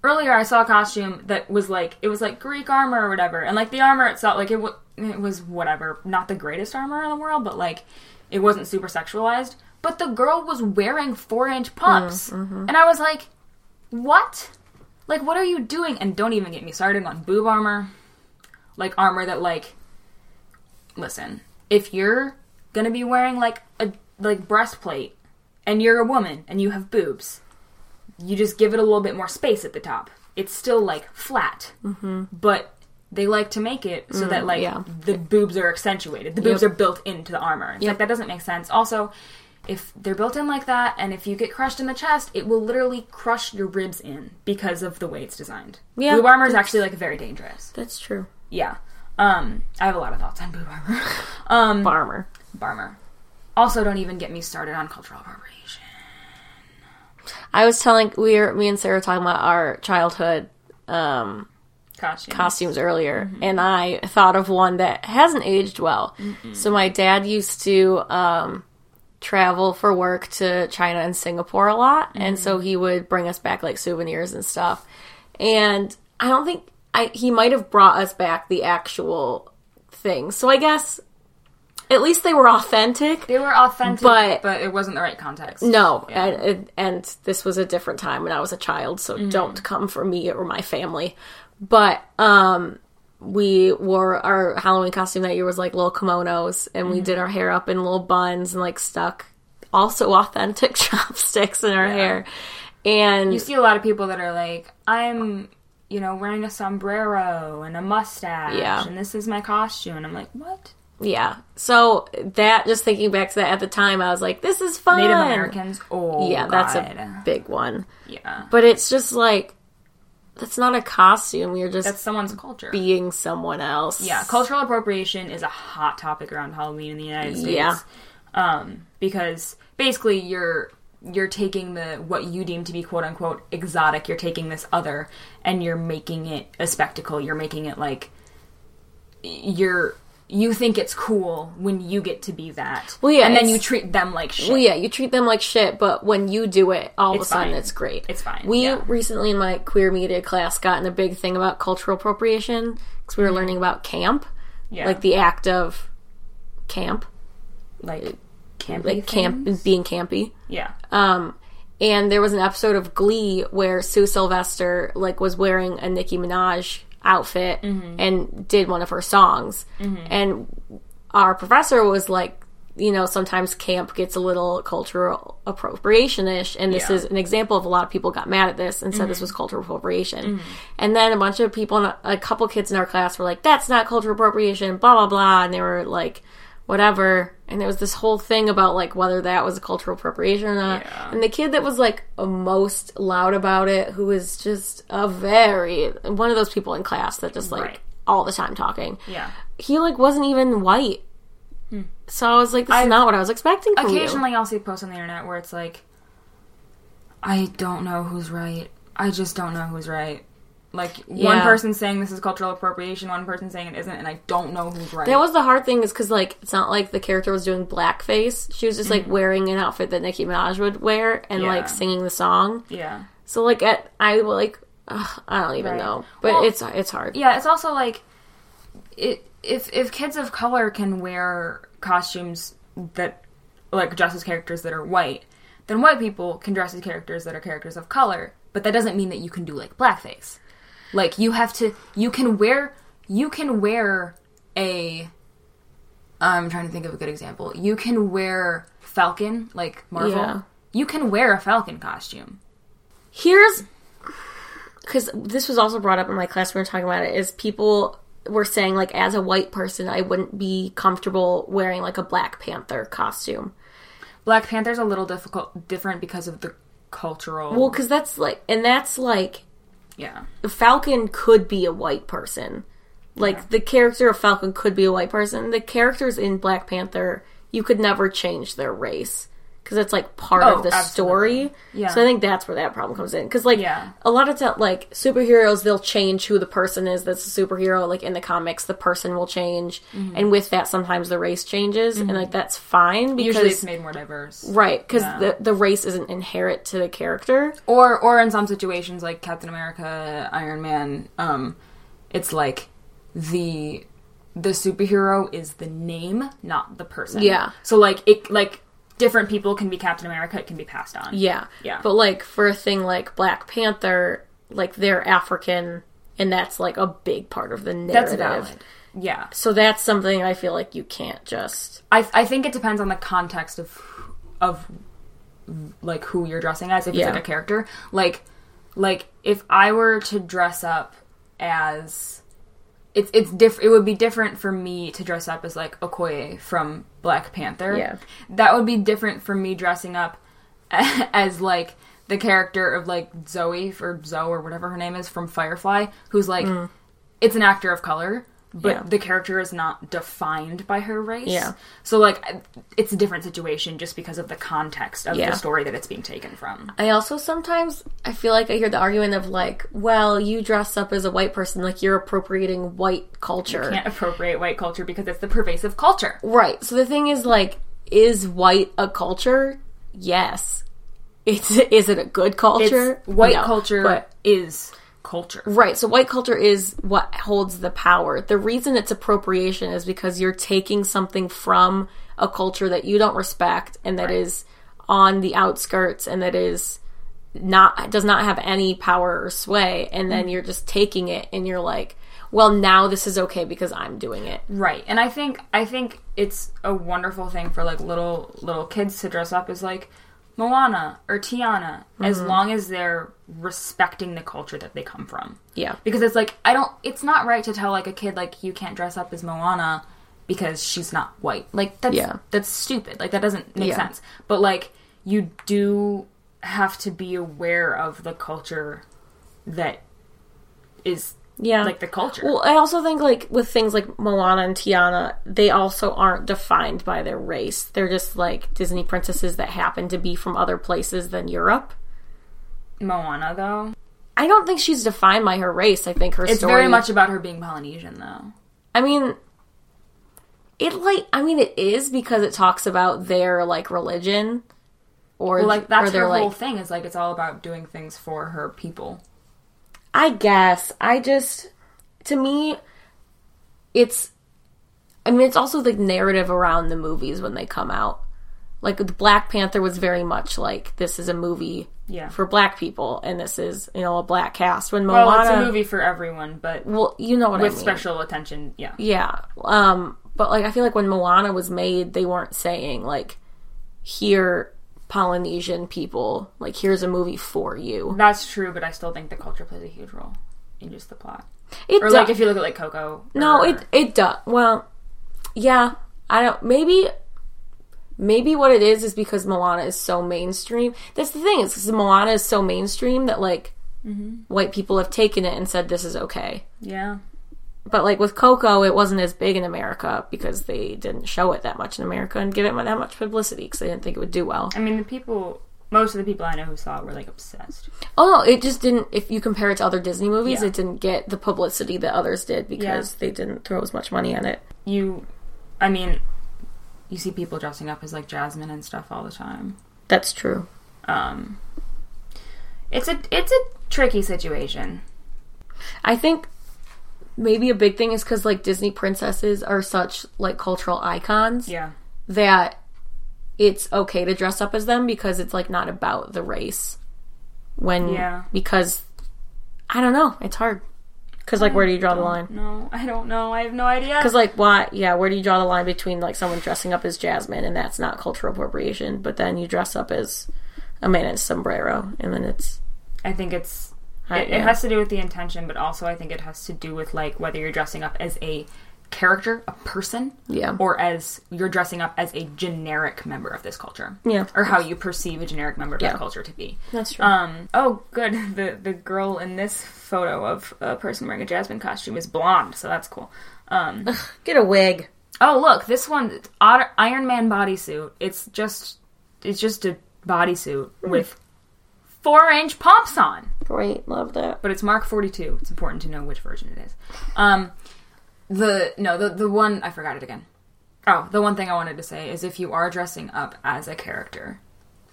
Earlier, I saw a costume that was like it was like Greek armor or whatever, and like the armor itself, like it, w- it was whatever, not the greatest armor in the world, but like it wasn't super sexualized. But the girl was wearing four inch pumps, and I was like, "What? Like, what are you doing?" And don't even get me started on boob armor, like armor that like listen, if you're gonna be wearing like a like breastplate and you're a woman and you have boobs, you just give it a little bit more space at the top. It's still like flat, mm-hmm. but they like to make it so that like
Mm, yeah.
the boobs are accentuated. The boobs are built into the armor. It's like that doesn't make sense. Also, if they're built in like that, and if you get crushed in the chest, it will literally crush your ribs in because of the way it's designed.
Yeah,
Boob armor is
that's-
actually like very dangerous.
That's true.
Yeah. Um, I have a lot of thoughts on boob armor. um,
Farmer.
Barmer. Also, don't even get me started on cultural appropriation.
I was telling we were me and Sarah were talking about our childhood um,
Costume.
costumes earlier, and I thought of one that hasn't aged well. So my dad used to um, travel for work to China and Singapore a lot, and so he would bring us back like souvenirs and stuff. And I don't think I he might have brought us back the actual thing. So I guess at least they were authentic.
they were authentic, but,
But-
it wasn't the right context.
No, and, and and this was a different time when I was a child, so
Mm-hmm.
don't come for me or my family. But um, we wore our Halloween costume that year was like little kimonos, and
Mm-hmm.
we did our hair up in little buns and like stuck also authentic chopsticks in our hair. And
You see a lot of people that are like, I'm, you know, wearing a sombrero and a mustache,
Yeah.
and this is my costume. And I'm like, what?
yeah, so that just thinking back to that at the time, I was like, this is fun.
Native Americans? Oh,
Yeah,
God.
that's a big one.
yeah.
But it's just like that's not a costume. You're just
That's someone's culture.
being someone else.
Yeah, cultural appropriation is a hot topic around Halloween in the United States.
Yeah.
Um, because basically you're you're taking the what you deem to be quote unquote exotic, you're taking this other and you're making it a spectacle. You're making it like you're you think it's cool when you get to be that.
Well, yeah,
and then
it's-
you treat them like shit.
Well, Oh, yeah, you treat them like shit, but when you do it, all of a
It's
sudden
fine.
it's great.
It's fine,
We
yeah.
recently in my queer media class got in a big thing about cultural appropriation because we were learning about camp,
Mm-hmm. Yeah.
like the act of camp,
like campy
like camp
things.
being campy.
Yeah.
Um, and there was an episode of Glee where Sue Sylvester like was wearing a Nicki Minaj outfit
Mm-hmm.
and did one of her songs, and our professor was like, you know, sometimes camp gets a little cultural appropriation ish, and this
Yeah. Mm-hmm.
is an example of a lot of people got mad at this and said this was cultural appropriation, and then a bunch of people, in- a couple kids in our class were like, that's not cultural appropriation, blah blah blah, and they were like whatever. And there was this whole thing about like whether that was a cultural appropriation or not.
Yeah.
And the kid that was like most loud about it, who was just a very one of those people in class that just like
Right.
all the time talking.
yeah.
He like wasn't even white. So I was like, this is not what I was expecting from you.
Hmm. occasionally I'll see posts on the internet where it's like, I don't know who's right. I just don't know who's right. Like one
Yeah.
person saying this is cultural appropriation, one person saying it isn't, and I don't know who's right.
That was the hard thing, is because like it's not like the character was doing blackface. She was just like wearing an outfit that Nicki Minaj would wear
Mm-hmm.
and
Yeah.
like singing the song.
yeah,
So like at I like ugh, I don't even
Right.
know, but
Well-
it's it's hard.
yeah. It's also like, it if if kids of color can wear costumes that like dress as characters that are white, then white people can dress as characters that are characters of color. But that doesn't mean that you can do like blackface. Like you have to, you can wear, you can wear a. I'm trying to think of a good example. You can wear Falcon, like Marvel.
Yeah.
You can wear a Falcon costume.
here's because this was also brought up in my class we were talking about it is people were saying like as a white person i wouldn't be comfortable wearing like a black panther costume
Black Panther's a little difficult, different because of the cultural.
well because that's like and that's like
yeah,
falcon could be a white person like the character of falcon could be a white person the characters in black panther you could never change their race because that's like part
Oh,
of the
absolutely.
story
Yeah.
so i think that's where that problem comes in because like
Yeah.
a lot of time like superheroes they'll change who the person is that's a superhero like in the comics the person will change
Mm-hmm.
and with that sometimes the race changes and like that's fine because
usually it's made more diverse.
right because the, the race isn't inherent to the character
or or in some situations like Captain America, Iron Man, um, it's like the the superhero is the name, not the person.
Yeah.
So like it like different people can be Captain America. It can be passed on.
Yeah.
Yeah.
But like for a thing like Black Panther, like they're African and that's like a big part of the
that's
narrative.
valid. Yeah.
So that's something I feel like you can't just
I I think it depends on the context of of like who you're dressing as. If
Yeah.
it's like a character, like like if I were to dress up as it's it's diff- it would be different for me to dress up as like Okoye from Black Panther.
Yeah.
That would be different from me dressing up as like the character of like Zoe or Zoe or whatever her name is from Firefly, who's like
Mm.
it's an actor of color, but
Yeah.
the character is not defined by her race.
Yeah.
So like it's a different situation just because of the context of
Yeah. Uh,
the story that it's being taken from.
I also sometimes I feel like I hear the argument of like, well, you dress up as a white person, like you're appropriating white culture.
Can't appropriate white culture because it's the pervasive culture.
Right. So the thing is like, is white a culture? Yes. It's is it a good culture?
It's- white
No.
culture
But
is culture.
Right. So white culture is what holds the power. The reason it's appropriation is because you're taking something from a culture that you don't respect and that is on the outskirts and that is not does not have any power or sway and
Mm.
then you're just taking it and you're like, well, now this is okay because I'm doing it.
Right. And I think I think it's a wonderful thing for like little little kids to dress up as like Moana or Tiana,
Mm-hmm.
as long as they're respecting the culture that they come from.
Yeah.
Because it's like I don't. It's not right to tell like a kid like you can't dress up as Moana because she's not white. Like that's
Yeah.
that's stupid. Like that doesn't make
Yeah.
sense. But like you do have to be aware of the culture that is
Yeah.
like the culture.
Well, I also think like with things like Moana and Tiana, they also aren't defined by their race. They're just like Disney princesses that happen to be from other places than Europe.
Moana though,
I don't think she's defined by her race. I think her
it's
story
very much about her being Polynesian though.
I mean, it like I mean it is because it talks about their like religion, or
Well, like that's
or their
her whole
like.
thing is like it's all about doing things for her people.
I guess I just to me, it's. I mean, it's also the narrative around the movies when they come out. Like the Black Panther was very much like this is a movie
Yeah.
for black people, and this is you know a black cast. When Moana,
well, it's a movie for everyone, but
well, you know what I
with
mean.
special attention. Yeah.
Yeah. Um, but like I feel like when Moana was made, they weren't saying like here Polynesian people, like here's a movie for you.
That's true, but I still think the culture plays a huge role in just the plot.
It
Or
does.
like if you look at like Coco.
no,
or-
it it does. Well, yeah, I don't maybe maybe what it is is because Moana is so mainstream. That's the thing is 'cause Moana is so mainstream that like white people have taken it and said this is okay.
yeah.
But like with Coco, it wasn't as big in America because they didn't show it that much in America and give it that much publicity because they didn't think it would do well.
I mean, the people, most of the people I know who saw it were like obsessed.
Oh no, it just didn't. If you compare it to other Disney movies,
Yeah.
it didn't get the publicity that others did because they didn't throw as much money at it.
You, I mean, you see people dressing up as like Jasmine and stuff all the time.
That's true.
Um, it's a it's a tricky situation.
I think maybe a big thing is because like Disney princesses are such like cultural icons
Yeah.
that it's okay to dress up as them because it's like not about the race. When
Yeah.
because I don't know, it's hard. Because like, where do you draw the line?
No, I don't know. I have no idea.
Because like why? Yeah, where do you draw the line between like someone dressing up as Jasmine and that's not cultural appropriation, but then you dress up as a man in a sombrero and then it's
I think it's
I-
it,
yeah.
it has to do with the intention, but also I think it has to do with like whether you're dressing up as a character, a person,
Yeah.
or as you're dressing up as a generic member of this culture,
Yeah.
or how you perceive a generic member of
Yeah.
that culture to be.
That's true.
Um. Oh, good. The the girl in this photo of a person wearing a jasmine costume is blonde, so that's cool. Um.
Get a wig.
Oh, look, this one it's Otter- Iron Man bodysuit. It's just it's just a bodysuit
Hmm.
with four inch pumps on
Great, love that.
but it's Mark 42. It's important to know which version it is. Um, the no, the the one I forgot it again. Oh, the one thing I wanted to say is if you are dressing up as a character,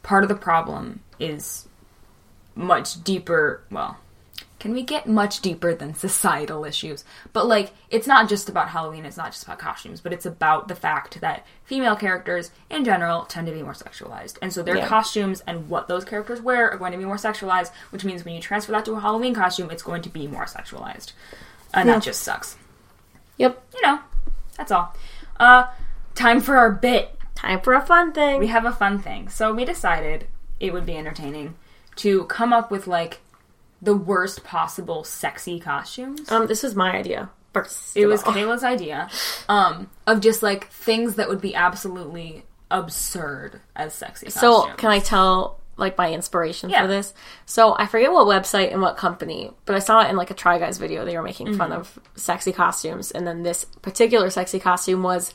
part of the problem is much deeper. Well, can we get much deeper than societal issues? But like, it's not just about Halloween. It's not just about costumes, but it's about the fact that female characters in general tend to be more sexualized, and so their
Yeah.
costumes and what those characters wear are going to be more sexualized. Which means when you transfer that to a Halloween costume, it's going to be more sexualized, and
Yeah.
that just sucks.
Yep.
You know, that's all. Uh, time for our bit.
Time for a fun thing.
We have a fun thing. So we decided it would be entertaining to come up with like the worst possible sexy costumes.
um, this was my idea. First,
it
of
was
all.
Kayla's idea um, of just like things that would be absolutely absurd as sexy.
So
costumes.
can I tell like my inspiration
Yeah.
for this? So I forget what website and what company, but I saw it in like a Try Guys video. They were making fun
Mm-hmm.
of sexy costumes, and then this particular sexy costume was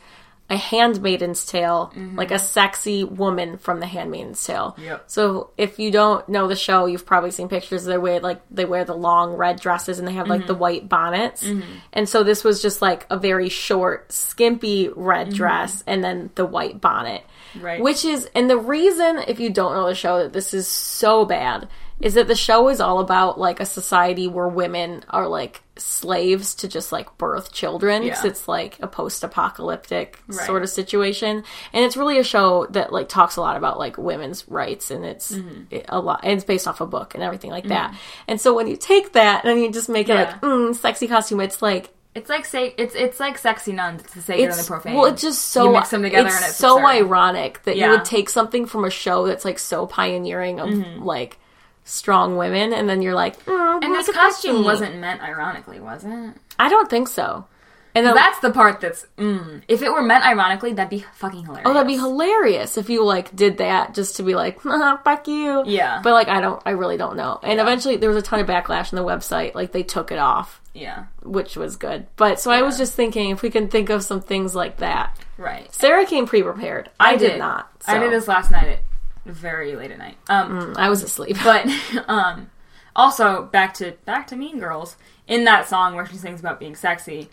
a Handmaiden's Tale, like a sexy woman from the Handmaiden's Tale.
Mm-hmm. Yep.
So if you don't know the show, you've probably seen pictures. They wear like they wear the long red dresses and they have like the
Mm-hmm.
white bonnets. And so this was just like a very short, skimpy red dress and then the white bonnet.
Mm-hmm. Right.
Which is, and the reason, if you don't know the show, that this is so bad is that the show is all about like a society where women are like slaves to just like birth children. 'cause
Yeah.
it's like a post apocalyptic
Right.
sort of situation. And it's really a show that like talks a lot about like women's rights and it's
Mm-hmm.
it- a lot, and it's based off a book and everything like that. And so when you take that and you just make it
Yeah.
like, mm, sexy costume, it's like,
It's like say it's it's like sexy nuns to say you're
It's-
the profane.
Well, it's just so
You mix them together
it's
and it's
so
absurd.
ironic that
Yeah. Mm-hmm.
you would take something from a show that's like so pioneering of like strong women, and then you're like, "Mm,
and
look
this
at that
costume
thing."
wasn't meant ironically, was it?
I don't think so. And then
That's the part that's. Mm, if it were meant ironically, that'd be fucking hilarious.
oh, that'd be hilarious if you like did that just to be like, "Haha, fuck you.
Yeah.
But like, I don't, I really don't know. And eventually, there was a ton of backlash on the website. Like they took it off,
yeah,
which was good. But so I was just thinking if we can think of some things like that.
right.
Sarah came pre-prepared. I, did. not.
I
so mm,
did this last night at very late at night. Um,
I was asleep.
but um, also back to back to Mean Girls in that song where she sings about being sexy.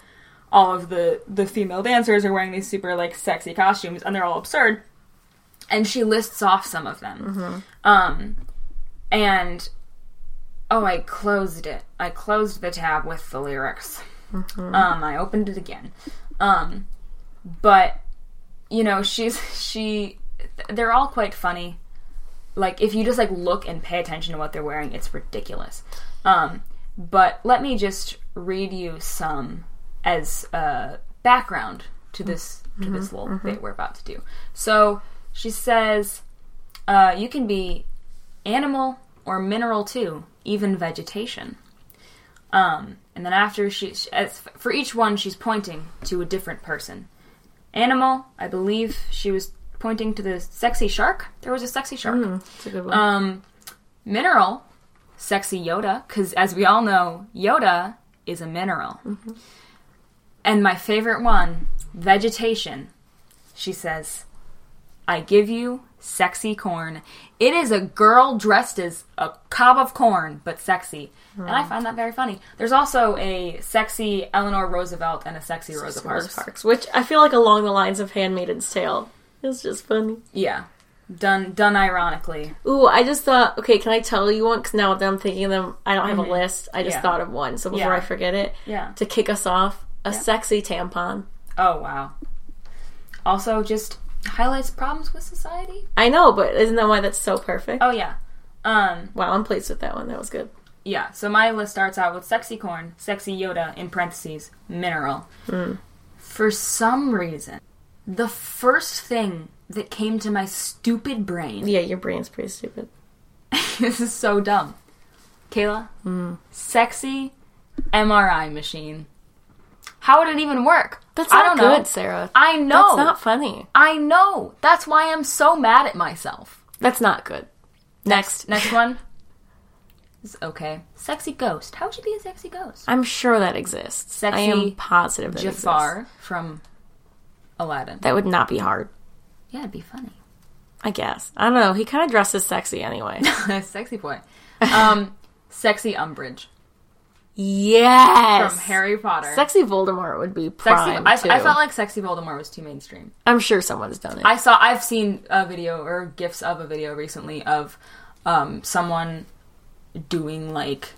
All of the the female dancers are wearing these super like sexy costumes, and they're all absurd. And she lists off some of them. Um, and oh, I closed it. I closed the tab with the lyrics. Um, I opened it again. Um, but you know, she's she. They're all quite funny like if you just like look and pay attention to what they're wearing it's ridiculous um but let me just read you some as uh background to this to this little bit we're about to do so she says uh you can be animal or mineral too even vegetation um and then after she she- as for each one she's pointing to a different person animal i believe she was pointing to the sexy shark there was a sexy shark
It's Hmm, a good one.
um, mineral, sexy Yoda, because as we all know, Yoda is a mineral.
Mm-hmm.
And my favorite one, vegetation. She says, I give you sexy corn. It is a girl dressed as a cob of corn, but sexy. And
Hmm.
I find that very funny. There's also a sexy Eleanor Roosevelt and a sexy Rosa
Rosa
Parks.
Parks, which I feel like along the lines of Handmaiden's Tale. It's just funny.
Yeah. Done done ironically.
Ooh, I just thought, okay, can I tell you one? Because now that I'm thinking of them, I don't have a list. I just
Yeah.
thought of one. So before
Yeah.
I forget it,
Yeah.
to kick us off, a sexy tampon.
Oh wow. Also just highlights problems with society.
I know, but isn't that why that's so perfect?
Oh yeah. Um
Wow, I'm pleased with that one. That was good.
yeah, so my list starts out with sexy corn, sexy Yoda in parentheses, mineral.
Hmm.
For some reason, the first thing that came to my stupid brain
Yeah, your brain's pretty stupid.
this is so dumb. Kayla,
Hmm.
sexy MRI machine. How would it even work?
That's
I
not
don't
good,
know.
Sarah.
I know.
That's not funny.
I know. That's why I'm so mad at myself.
That's not good. Next.
Next one. It's okay. Sexy ghost. How would you be a sexy ghost?
I'm sure that exists. I
Sexy
am positive that exists.
Jafar from Aladdin.
That would not be hard.
Yeah, it'd be funny.
I guess. I don't know. He kind of dresses sexy anyway.
sexy boy. Um, sexy Umbridge
yes.
from Harry Potter.
Sexy Voldemort would be
Sexy,
prime
I,
too.
I felt like sexy Voldemort was too mainstream.
I'm sure someone's done it.
I saw. I've seen a video or gifs of a video recently of um, someone doing like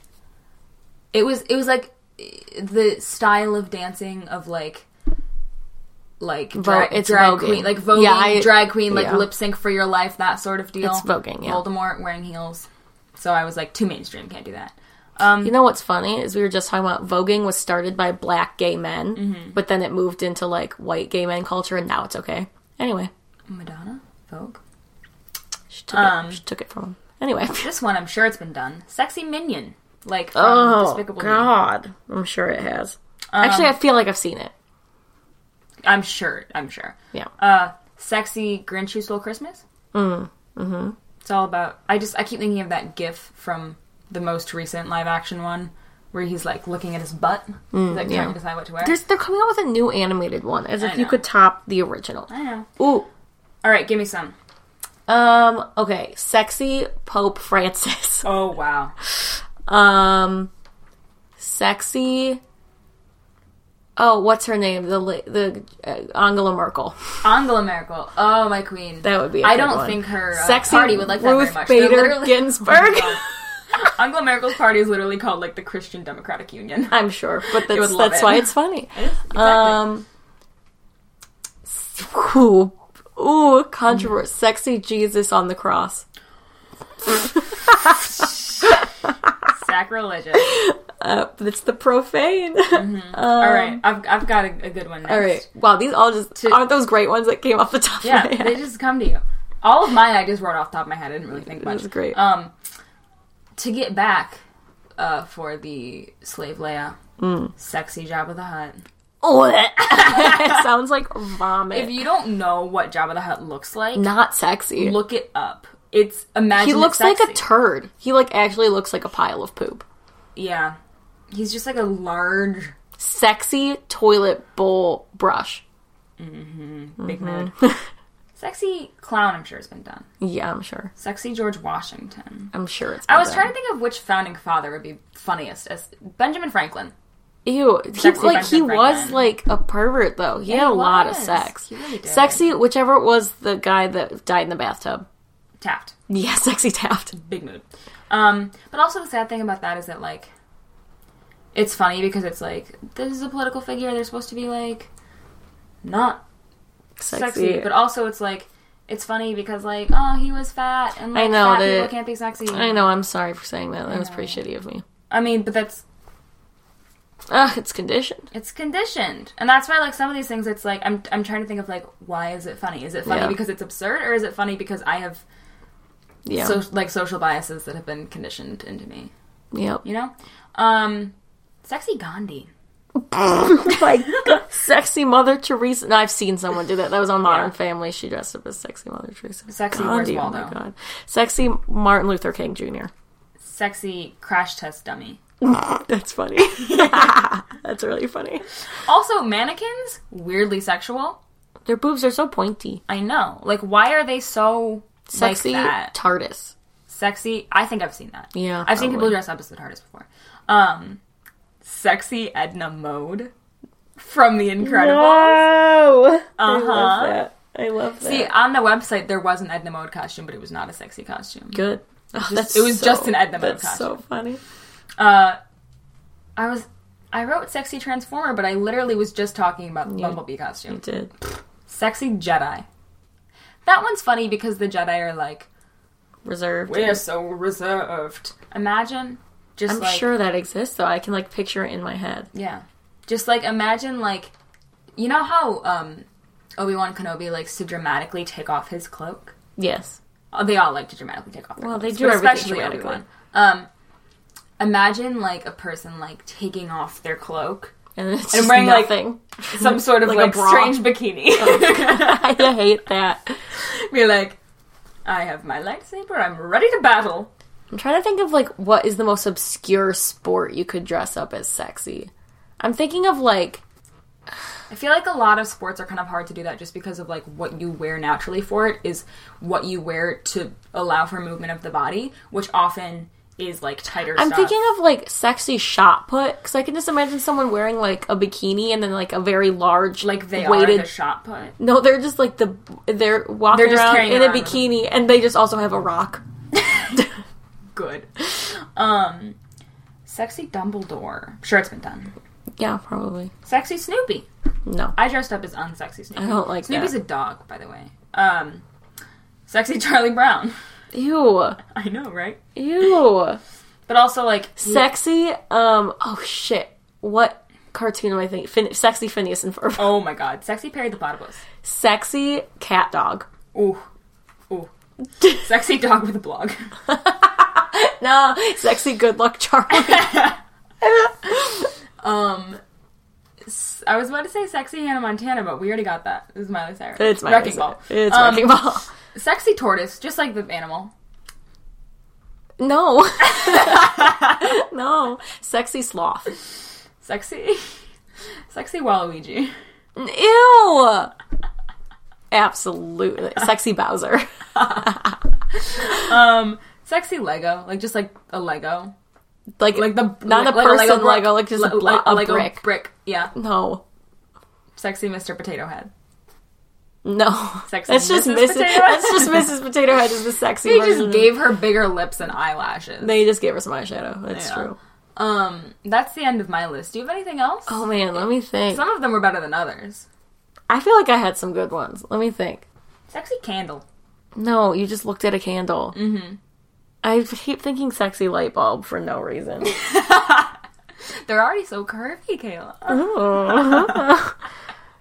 it was. It was like the style of dancing of like like drag,
it's
drag
voguing.
queen, like voguing,
Yeah, I-
drag queen, like
yeah.
lip sync for your life, that sort of deal.
It's voguing, yeah.
Voldemort wearing heels. So I was like, too mainstream, can't do that. Um,
you know what's funny is we were just talking about voguing was started by black gay men,
Mm-hmm.
but then it moved into like white gay men culture, and now it's okay. Anyway,
Madonna, Vogue.
she took
Um,
it. She took it from him. Anyway.
This one, I'm sure it's been done. Sexy minion, like from
Oh
Despicable Me. Um,
God, I'm sure it has. Actually, I feel like I've seen it.
I'm sure. I'm sure.
Yeah.
uh sexy grinch who stole christmas mm-hmm
Mm, mm-hmm.
it's all about i just i keep thinking of that gif from the most recent live action one where he's like looking at his butt he's like trying to decide what to wear
Mm, There's, they're coming out with a new animated one, as if
I
you
know.
could top the original.
i know
Ooh,
all right give me some
um, okay, sexy Pope Francis.
oh wow
Um, sexy. Oh, what's her name? The la- the uh, Angela Merkel.
angela merkel oh my queen
That would be. I
I don't think her uh, party would like that
Ruth
very much. They're
Bader
literally- Oh
Ginsburg.
Angela Merkel's party is literally called like the Christian Democratic Union.
I'm sure, but that's
would love
that's
it.
why it's funny.
Exactly.
Um, ooh, ooh,
Mm-hmm.
controversial, sexy Jesus on the cross.
sacrilegious.
Uh, but it's the profane.
Mm-hmm.
Um,
all right, I've, I've got a, a good one next.
All right. Wow, these all just
To-
aren't those great ones that came off the top
Yeah,
of my head.
they just come to you. All of mine I just wrote off the top of my head. I didn't really think much.
That's great.
Um, to get back uh, for the slave Leia,
Mm.
sexy Jabba the Hutt.
it sounds like vomit.
If you don't know what Jabba the Hutt looks like,
Not sexy.
look it up. It's imagine
he
it's
looks like a
sexy.
turd. He like actually looks like a pile of poop.
yeah. He's just like a large
Sexy toilet bowl brush.
big mood.
Mm-hmm.
Sexy clown, I'm sure has been done.
Yeah, I'm sure.
Sexy George Washington.
I'm sure it's.
I was trying to think of which founding father would be funniest. As Benjamin Franklin.
Ew, he,
Sexy
like he
Benjamin
was
Franklin.
like a pervert though. He had a
he
lot of
was.
sex.
He really did.
Sexy, whichever it was the guy that died in the bathtub.
Taft.
Yeah, sexy Taft.
big mood. Um, but also the sad thing about that is that like, it's funny because it's like this is a political figure. They're supposed to be like not
Sexy.
sexy, but also it's like it's funny because like oh he was fat and like,
I know
fat
that-
people can't be sexy.
I know. I'm sorry for saying that. That was pretty shitty of me.
I mean, but that's
Ugh, Ah, it's conditioned.
it's conditioned, and that's why like some of these things it's like I'm I'm trying to think of like why is it funny? Is it funny
Yeah.
because it's absurd or is it funny because I have
Yeah.
so like social biases that have been conditioned into me?
yep.
You know, um, sexy Gandhi. Oh
like sexy Mother Teresa. No, I've seen someone do that. That was on Modern Family. She dressed up as sexy Mother Teresa.
Sexy Where's
oh
Waldo?
my god. Sexy Martin Luther King Jr.
sexy crash test dummy.
That's funny. That's really funny.
Also, mannequins, weirdly sexual.
Their boobs are so pointy.
I know. Like, why are they so
Sexy
sexy? Like that?
TARDIS.
Sexy. I think I've seen that.
Yeah,
I've seen people
probably.
dress up as the TARDIS before. Um, sexy Edna Mode from The Incredibles.
Whoa! I
Uh-huh.
love that. I love that.
See, on the website there was an Edna Mode costume, but it was not a sexy costume.
Good. Oh, that's
it was
so-
just an Edna Mode
That's
costume.
so funny.
Uh, I was. I wrote sexy Transformer, but I literally was just talking about the Bumblebee costume.
It did.
Sexy Jedi. That one's funny because the Jedi are like,
Reserved.
we're so reserved. Imagine just
I'm
like
sure that exists though. I can like picture it in my head.
yeah, just like imagine like you know how um, Obi Wan Kenobi likes to dramatically take off his cloak.
Yes.
Oh, they all like to dramatically take off. Their
Well, they
clothes,
do
but
everything
especially Obi Wan.
dramatically.
Um, imagine like a person like taking off their cloak,
And it's just
I'm wearing, like-
nothing.
some sort of
Like
like,
a bra. Oh.
strange bikini.
I hate that.
Be like, I have my lightsaber. I'm ready to battle.
I'm trying to think of like what is the most obscure sport you could dress up as sexy. I'm thinking of like
I feel like a lot of sports are kind of hard to do that just because of like what you wear naturally for it is what you wear to allow for movement of the body, which often is like tighter
I'm
stuff.
thinking of like sexy shot put because I can just imagine someone wearing like a bikini and then like a very large
like they
weighted.
are the shot put.
no, they're just like the they're walking
They're just
around
carrying
in a
around with-
bikini and they just also have a rock.
Good. Um sexy Dumbledore. Sure it's been done.
Yeah, probably
Sexy Snoopy.
no.
I dressed up as unsexy Snoopy.
I don't like
Snoopy's
that.
a dog, by the way. Um sexy Charlie Brown.
Ew,
I know, right?
ew.
But also like
Sexy. Um. Oh shit. What cartoon am I thinking? Fin- sexy Phineas and Ferb.
oh my god, sexy Perry the Platypus.
Sexy cat dog.
Ooh. Ooh. Sexy dog with a blog.
No, sexy good luck Charlie.
Um, s- I was about to say sexy Hannah Montana, but we already got that. It was Miley Cyrus.
It's my
wrecking ball.
It's
Um,
wrecking ball.
Sexy tortoise, just like the animal.
No. no. Sexy sloth.
Sexy, sexy Waluigi.
Ew. Absolutely. Sexy Bowser.
Um, sexy Lego, like just like a Lego,
Like,
like the
Not
like,
a
like
person
brick.
Lego, like just a
Le-
blo-
like
a
Lego
brick.
brick. Yeah,
no.
sexy Mr. Potato Head.
No.
Sexy
that's just
Mrs.
Mrs.
Potato Head.
That's just Mrs. Potato Head is the sexy
They
version.
just gave her bigger lips and eyelashes.
they just gave her some eyeshadow. That's
Yeah.
true.
um, that's the end of my list. Do you have anything else?
Oh man, let me think.
Some of them were better than others.
I feel like I had some good ones. Let me think.
Sexy candle.
No, you just looked at a candle. Mm-hmm. I keep thinking sexy light bulb for no reason.
They're already so curvy, Kayla.
Ooh. Oh.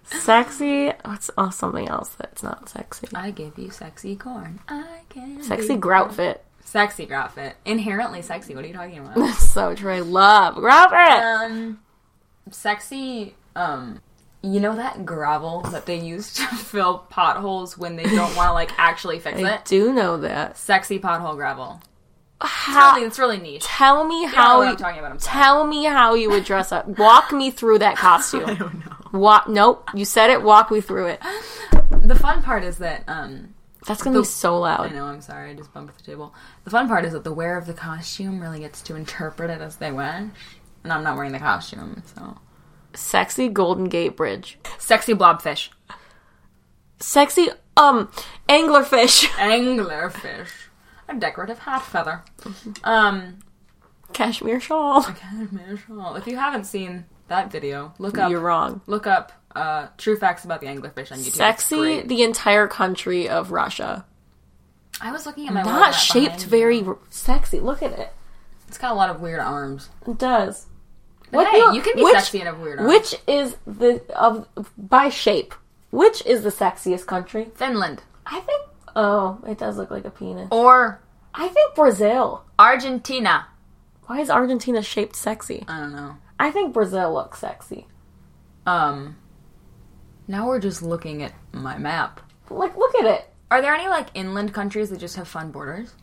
sexy. What's oh, something else that's not sexy?
I give you sexy corn. I can.
Sexy
be-
grout fit.
Sexy grout fit. Inherently sexy. What are you talking about?
so true. I love grout fit.
um, sexy. Um, you know that gravel that they use to fill potholes when they don't want to like actually fix
I
it.
do know that.
Sexy pothole gravel.
How,
Really, it's really niche.
tell me
I know
how.
what
you-
I'm talking about. I'm sorry.
Tell me how you would dress up. Walk me through that costume. I don't know. Walk, nope, you said it. Walk me through it.
The fun part is that um,
That's gonna be so
I
loud.
know, I'm sorry, I just bumped the table. The fun part is that the wearer of the costume really gets to interpret it as they wish. And I'm not wearing the costume, so.
Sexy Golden Gate Bridge.
Sexy blobfish.
Sexy um anglerfish.
Anglerfish. A decorative hat feather. Um,
Cashmere shawl.
Michelle, if you haven't seen that video, look up.
You're wrong.
Look up uh, true facts about the anglerfish on YouTube. It's
Sexy,
great.
the entire country of Russia.
I was looking at my wall
Not
map
shaped
behind me.
very r- sexy. Look at it.
It's got a lot of weird arms.
It does.
But
What
hey,
the-
you can be
which-
sexy and have weird arms.
Which is the of by shape? Which is the sexiest country?
Finland.
I think. Oh, it does look like a penis.
Or
I think Brazil.
Argentina.
Why is Argentina shaped sexy?
I don't know.
I think Brazil looks sexy.
Um, now we're just looking at my map.
Like, look at it.
Are there any like inland countries that just have fun borders?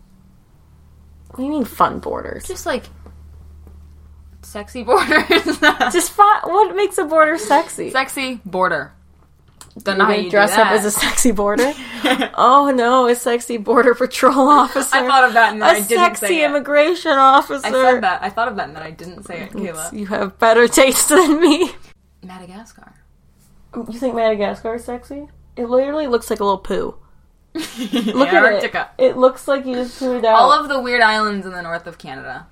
What do you mean fun borders?
Just like sexy borders.
Just fun. What makes a border sexy?
sexy border. Don't know how
They
you
dress
do
up as a sexy border. oh no, a sexy border patrol officer.
I thought of that and then
a
I didn't
sexy
say it.
immigration officer.
I said that. I thought of that and then I didn't say it, Kayla.
You have better taste than me.
Madagascar.
You think Madagascar is sexy? It literally looks like a little poo. Look
Antarctica.
at it. It looks like you just pooed out.
All of the weird islands in the north of Canada.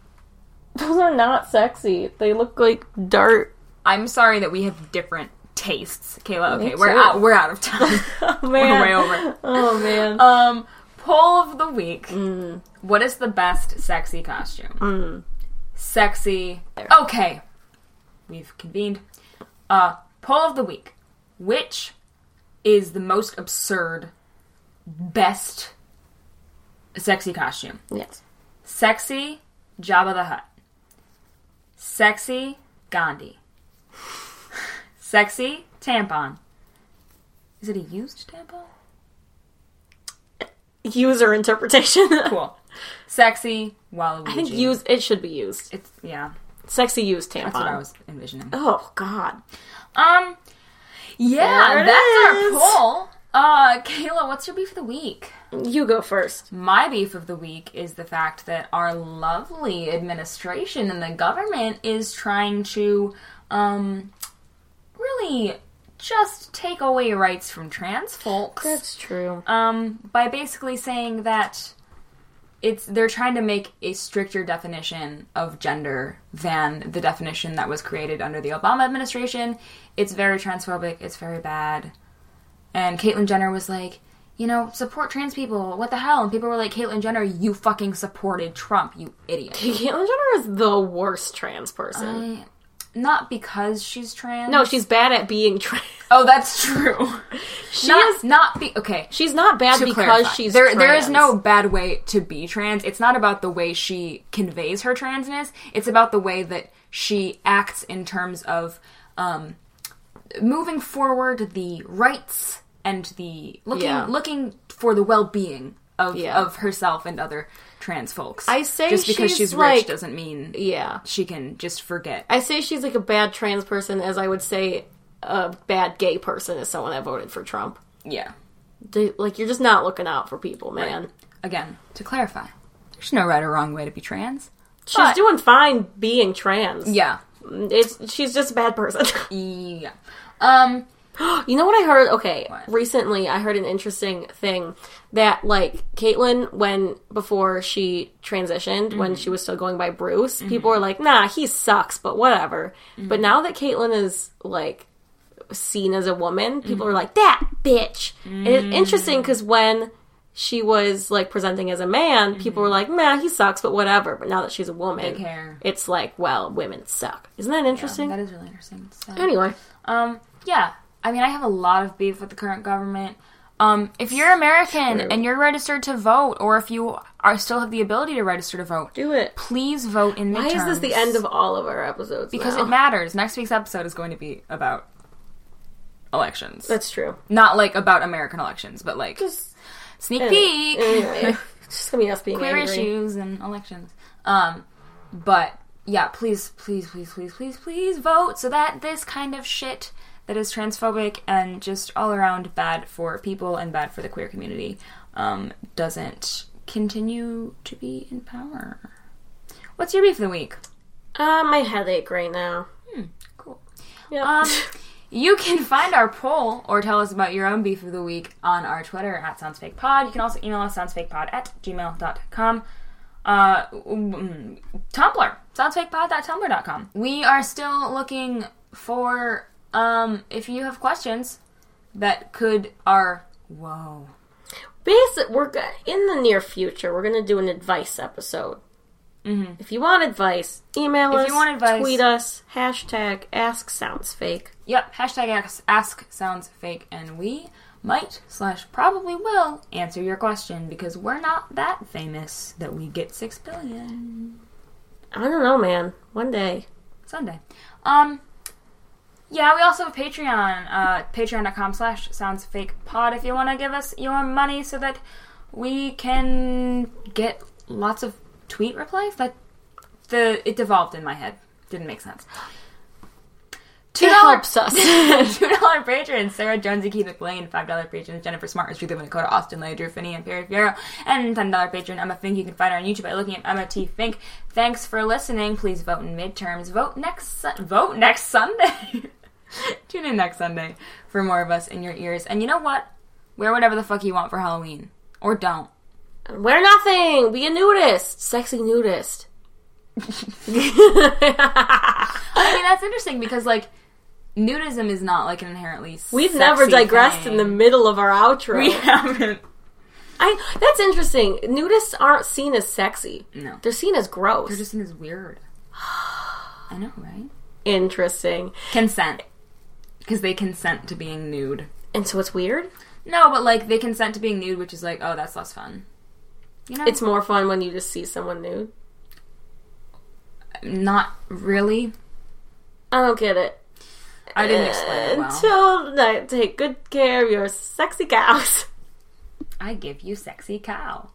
Those are not sexy. They look like dirt.
I'm sorry that we have different tastes, Kayla.
Me
Okay, we're
too.
out. We're out of time.
Oh man.
we're way over.
Oh man.
Um, poll of the week. What is the best sexy costume? Sexy. Okay. We've convened. Uh, poll of the week. Which is the most absurd, best sexy costume?
yes.
Sexy Jabba the Hutt. Sexy Gandhi. Sexy tampon. Is it a used tampon?
User interpretation.
cool. Sexy Waluigi.
I think use it should be used.
It's yeah.
Sexy used tampon.
That's what I was envisioning.
Oh god.
Um.
There
Yeah,
it
that's
is.
our poll. Uh, Kayla, what's your beef of the week?
You go first.
My beef of the week is the fact that our lovely administration and the government is trying to, um, really just take away rights from trans folks.
That's true.
um, by basically saying that it's they're trying to make a stricter definition of gender than the definition that was created under the Obama administration. It's very transphobic. It's very bad. And Caitlyn Jenner was like, you know, support trans people. What the hell? And people were like, Caitlyn Jenner, you fucking supported Trump, you idiot.
Caitlyn Jenner is the worst trans person.
I- Not because she's trans.
no, she's bad at being trans.
Oh, that's true. she not,
is-
not be okay.
She's not bad
to
because
clarify.
she's
there. There is
trans.
no bad way to be trans. It's not about the way she conveys her transness. It's about the way that she acts in terms of um, moving forward the rights and the looking
Yeah.
looking for the well being of
Yeah.
of herself and other trans folks.
I say
just because
she's
she's,
like-
rich doesn't mean
Yeah.
she can just forget.
I say she's like a bad trans person as I would say a bad gay person is someone that voted for Trump.
yeah.
They, like you're just not looking out for people, man.
Again, to clarify, there's no right or wrong way to be trans.
She's
But-
doing fine being trans.
Yeah.
It's she's just a bad person.
Yeah. Um.
You know what I heard? Okay, recently I heard an interesting thing that like Caitlyn, when before she transitioned,
Mm-hmm.
when she was still going by Bruce, people were like, "Nah, he sucks," but whatever.
Mm-hmm.
But now that Caitlyn is like
Mm-hmm. Mm.
seen as a woman, people are like, "That bitch." And it's interesting because when she was like presenting as a man, people were like, "Man, he sucks," but whatever. But now that she's a woman,
Mm-hmm. They care.
it's like, well, women suck. Isn't that interesting?
That is really interesting. So,
anyway,
um, yeah. I mean, I have a lot of beef with the current government. Um, if you're American
True.
and you're registered to vote, or if you are still have the ability to register to vote,
do it.
please vote in midterms.
Why is this the end of all of our episodes?
Because
now?
it matters. Next week's episode is going to be about elections,
that's true.
not like about American elections, but like
Just
sneak
anyway,
peek.
anyway. it's just gonna be us being
queer
angry.
issues and elections. Um, but yeah, please, please, please, please, please, please vote so that this kind of shit that is transphobic and just all around bad for people and bad for the queer community um, doesn't continue to be in power. What's your beef of the week?
Uh, my headache right now.
Cool.
Yeah.
Um, you can find our poll or tell us about your own beef of the week on our Twitter at SoundsFakePod. You can also email us soundsfakepod at gmail.com. Uh, mm, Tumblr, soundsfakepod.tumblr.com. We are still looking for, um, if you have questions that could are, whoa.
Basic, we're go- in the near future. We're gonna do an advice episode. Mm-hmm. If you want advice, email us.
If you want advice-
tweet us. Hashtag Ask Sounds Fake.
Yep, hashtag ask, ask sounds fake, and we might slash probably will answer your question because we're not that famous that we get six billion
I don't know, man. One day.
Sunday. Um, yeah, we also have Patreon, uh, patreon.com slash soundsfakepod if you want to give us your money so that we can get lots of tweet replies. That the it devolved in my head. Didn't make sense. Two
It helps us.
Two dollar patrons: Sarah Jonesy, Keith McLean. Five dollar patrons: Jennifer Smart, Rashida Dakota, Austin Lay, Drew Finney, and Perry Fierro. And ten dollar patron Emma Fink. You can find her on YouTube by looking at Emma T Fink. Thanks for listening. Please vote in midterms. Vote next. Sun- Vote next Sunday. Tune in next Sunday for more of us in your ears. And you know what? Wear whatever the fuck you want for Halloween, or don't.
Wear nothing. Be a nudist. Sexy nudist.
I mean, that's interesting because like nudism is not like an inherently.
We've never digressed in the middle of our outro.
We haven't.
I. That's interesting. Nudists aren't seen as sexy.
No.
They're seen as gross.
Nudism is weird. I know, right?
interesting.
Consent, because they consent to being nude.
And so it's weird.
No, but like they consent to being nude, which is like, oh, that's less fun. You know,
It's more fun when you just see someone nude.
not really.
I don't get it.
I didn't explain it well.
Until night, take good care of your sexy cows.
I give you sexy cow.